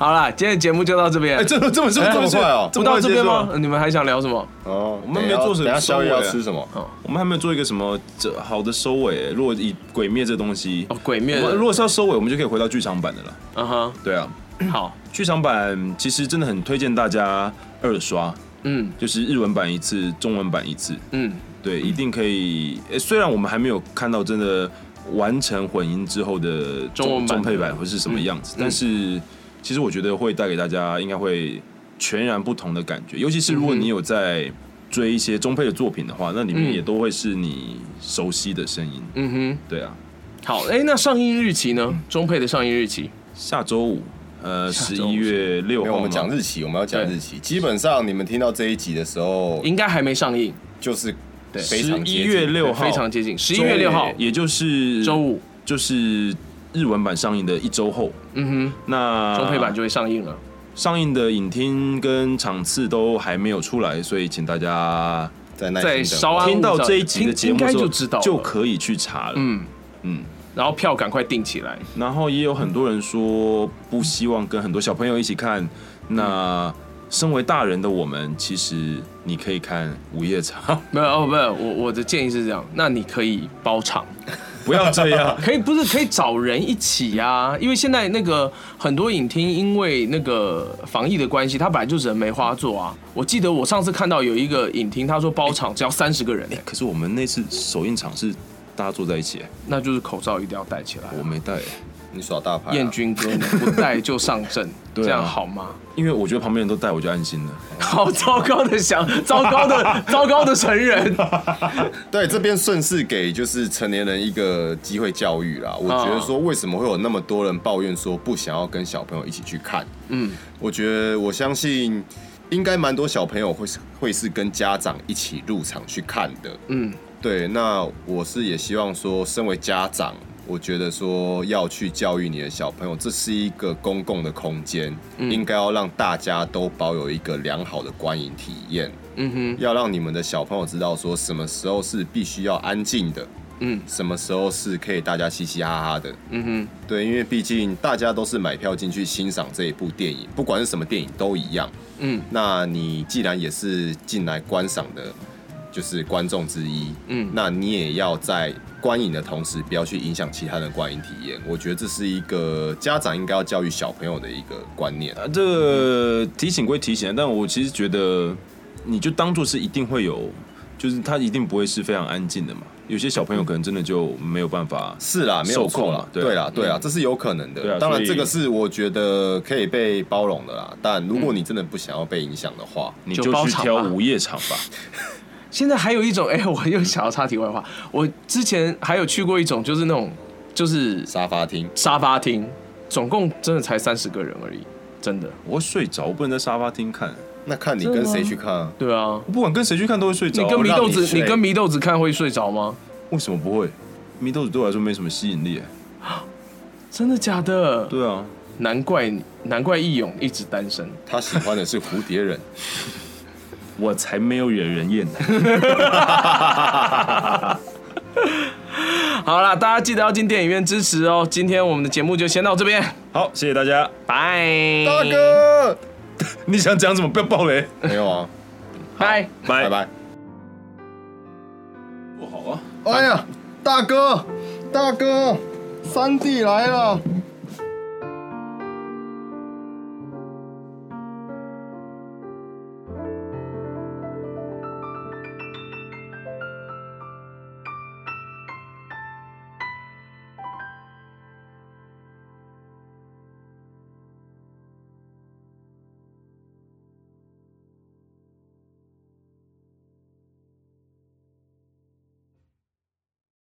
[SPEAKER 3] 好啦，今天的节目就到这边。
[SPEAKER 1] 哎，这这么这么
[SPEAKER 4] 这么快哦
[SPEAKER 1] 这
[SPEAKER 3] 不
[SPEAKER 1] 么
[SPEAKER 3] 到
[SPEAKER 1] 快
[SPEAKER 3] 这
[SPEAKER 1] 结
[SPEAKER 3] 边
[SPEAKER 1] 束啊
[SPEAKER 3] 吗？？你们还想聊什么？
[SPEAKER 4] 哦，
[SPEAKER 1] 我们没做什么
[SPEAKER 4] 等一下宵夜
[SPEAKER 1] 收
[SPEAKER 4] 要
[SPEAKER 1] 尾啊
[SPEAKER 4] 吃什么？
[SPEAKER 1] 我们还没有做一个什么这好的收尾。如果以鬼灭这东西，
[SPEAKER 3] 哦，鬼
[SPEAKER 1] 我
[SPEAKER 3] 灭。
[SPEAKER 1] 们如果是要收尾，我们就可以回到剧场版的了。
[SPEAKER 3] 嗯哼，
[SPEAKER 1] 对啊，
[SPEAKER 3] 好，
[SPEAKER 1] 剧场版其实真的很推荐大家二刷，
[SPEAKER 3] 嗯
[SPEAKER 1] 就是日文版一次，中文版一次。
[SPEAKER 3] 嗯
[SPEAKER 1] 对，一定可以。诶虽然我们还没有看到真的完成混音之后的
[SPEAKER 3] 中文版嗯
[SPEAKER 1] 中配版会是什么样子，但是其实我觉得会带给大家应该会全然不同的感觉，尤其是如果
[SPEAKER 3] 嗯哼
[SPEAKER 1] 你有在追一些中配的作品的话，那里面
[SPEAKER 3] 嗯
[SPEAKER 1] 也都会是你熟悉的声音。
[SPEAKER 3] 嗯
[SPEAKER 1] 对啊，
[SPEAKER 3] 哼，好，哎，那上映日期呢？中配的上映日期，
[SPEAKER 1] 下周五，呃，
[SPEAKER 3] 下
[SPEAKER 1] 十
[SPEAKER 3] 周五
[SPEAKER 1] 一月六
[SPEAKER 4] 没有，
[SPEAKER 1] 号
[SPEAKER 4] 我们
[SPEAKER 1] 吗
[SPEAKER 4] 讲日期，我们要讲
[SPEAKER 3] 对
[SPEAKER 4] 日期。基本上你们听到这一集的时候，
[SPEAKER 3] 应该还没上映，
[SPEAKER 4] 就是
[SPEAKER 3] 对
[SPEAKER 4] 非常接
[SPEAKER 1] 11
[SPEAKER 4] 近
[SPEAKER 1] 月六号，
[SPEAKER 3] 非常接近，十一月六号，
[SPEAKER 1] 也就是
[SPEAKER 3] 周，五。
[SPEAKER 1] 就是日文版上映的一周后。
[SPEAKER 3] 嗯
[SPEAKER 1] 那
[SPEAKER 3] 哼，中配版就会上映了。
[SPEAKER 1] 上映的影厅跟场次都还没有出来，所以请大家
[SPEAKER 4] 在那
[SPEAKER 3] 在稍安
[SPEAKER 1] 听到这一集的节目的时
[SPEAKER 3] 应
[SPEAKER 1] 候
[SPEAKER 3] 该就知道了
[SPEAKER 1] 就可以去查了。嗯
[SPEAKER 3] 嗯，然后票赶快订起来。
[SPEAKER 1] 然后也有很多人说不希望跟很多小朋友一起看，那身为大人的我们，其实你可以看午夜场，
[SPEAKER 3] 没有哦，不是我我的建议是这样，那你可以包场，
[SPEAKER 1] 不要
[SPEAKER 3] 。
[SPEAKER 1] 这样
[SPEAKER 3] 可以不是可以找人一起呀、因为现在那个很多影厅因为那个防疫的关系，他本来就人没花做啊。我记得我
[SPEAKER 1] 哎
[SPEAKER 3] 上次看到有一个影厅，他说包场只要三十个人、欸
[SPEAKER 1] 可是我们那次首映场是大家坐在一起，
[SPEAKER 3] 那就是口罩一定要戴起来。
[SPEAKER 1] 我没带，
[SPEAKER 4] 你耍大牌、啊，
[SPEAKER 3] 燕军哥，你不戴就上阵，
[SPEAKER 1] 对啊
[SPEAKER 3] 这样好吗？
[SPEAKER 1] 因为我觉得旁边人都带，我就安心了。
[SPEAKER 3] 好糟糕的想，糟糕的糟糕的成人，
[SPEAKER 4] 对，这边顺势给就是成年人一个机会教育啦。我觉得说为什么会有那么多人抱怨说不想要跟小朋友一起去看？嗯，我觉得我相信应该蛮多小朋友会是会是跟家长一起入场去看的。
[SPEAKER 3] 嗯，
[SPEAKER 4] 对，那我是也希望说，身为家长，我觉得说要去教育你的小朋友，这是一个公共的空间，应该要让大家都保有一个良好的观影体验。
[SPEAKER 3] 嗯
[SPEAKER 4] 要让你们的小朋友知道说什么时候是必须要安静的，
[SPEAKER 3] 嗯，
[SPEAKER 4] 什么时候是可以大家嘻嘻哈哈的，
[SPEAKER 3] 哼，嗯
[SPEAKER 4] 对，因为毕竟大家都是买票进去欣赏这一部电影，不管是什么电影都一样。
[SPEAKER 3] 哼，嗯
[SPEAKER 4] 那你既然也是进来观赏的，就是观众之一，
[SPEAKER 3] 嗯
[SPEAKER 4] 那你也要在观影的同时，不要去影响其他人的观影体验。我觉得这是一个家长应该要教育小朋友的一个观念。
[SPEAKER 1] 啊，这个提醒归提醒，但我其实觉得，你就当做是一定会有，就是他一定不会是非常安静的嘛。有些小朋友可能真的就没有办法，
[SPEAKER 3] 嗯
[SPEAKER 4] 是啦，没有
[SPEAKER 1] 受控
[SPEAKER 4] 错
[SPEAKER 1] 嘛
[SPEAKER 4] 啦，
[SPEAKER 1] 对
[SPEAKER 4] 对啦，对啦，这是有可能
[SPEAKER 1] 对啊
[SPEAKER 4] 的。当然，
[SPEAKER 1] 所以
[SPEAKER 4] 这个是我觉得可以被包容的啦。但如果你真的不想要被影响的话，
[SPEAKER 1] 你
[SPEAKER 3] 就
[SPEAKER 1] 嗯就
[SPEAKER 3] 包
[SPEAKER 1] 去
[SPEAKER 3] 场
[SPEAKER 1] 挑
[SPEAKER 3] 吧
[SPEAKER 1] 午夜场吧。
[SPEAKER 3] 现在还有一种，哎、我又想要插题外话，我之前还有去过一种，就是那种就是
[SPEAKER 4] 沙发厅
[SPEAKER 3] 沙发厅，总共真的才三十个人而已，真的。
[SPEAKER 1] 我会睡着，我不能在沙发厅看。
[SPEAKER 4] 那看你跟谁去看啊？
[SPEAKER 3] 对啊，
[SPEAKER 1] 我不管跟谁去看都会睡着
[SPEAKER 3] 你
[SPEAKER 1] 啊。
[SPEAKER 3] 跟
[SPEAKER 1] 我
[SPEAKER 3] 祢
[SPEAKER 1] 让
[SPEAKER 3] 豆子，
[SPEAKER 4] 睡
[SPEAKER 3] 你跟祢豆子看会睡着吗？
[SPEAKER 1] 为什么不会？祢豆子对我来说没什么吸引力。
[SPEAKER 3] 真的假的？
[SPEAKER 1] 对啊，
[SPEAKER 3] 难怪难怪义勇一直单身。
[SPEAKER 4] 他喜欢的是蝴蝶人，
[SPEAKER 1] 我才没有惹人厌呢。
[SPEAKER 3] 好啦，大家记得要进电影院支持哦。今天我们的节目就先到这边，
[SPEAKER 1] 好，谢谢大家。
[SPEAKER 3] 拜，
[SPEAKER 4] 大，哥。
[SPEAKER 1] 你想讲什么？不要暴雷。
[SPEAKER 4] 没有 啊，
[SPEAKER 3] 拜。
[SPEAKER 1] 拜
[SPEAKER 4] 拜。拜。
[SPEAKER 1] 哎不好啊。啊
[SPEAKER 4] 哎呀，大哥，大哥，三弟来了，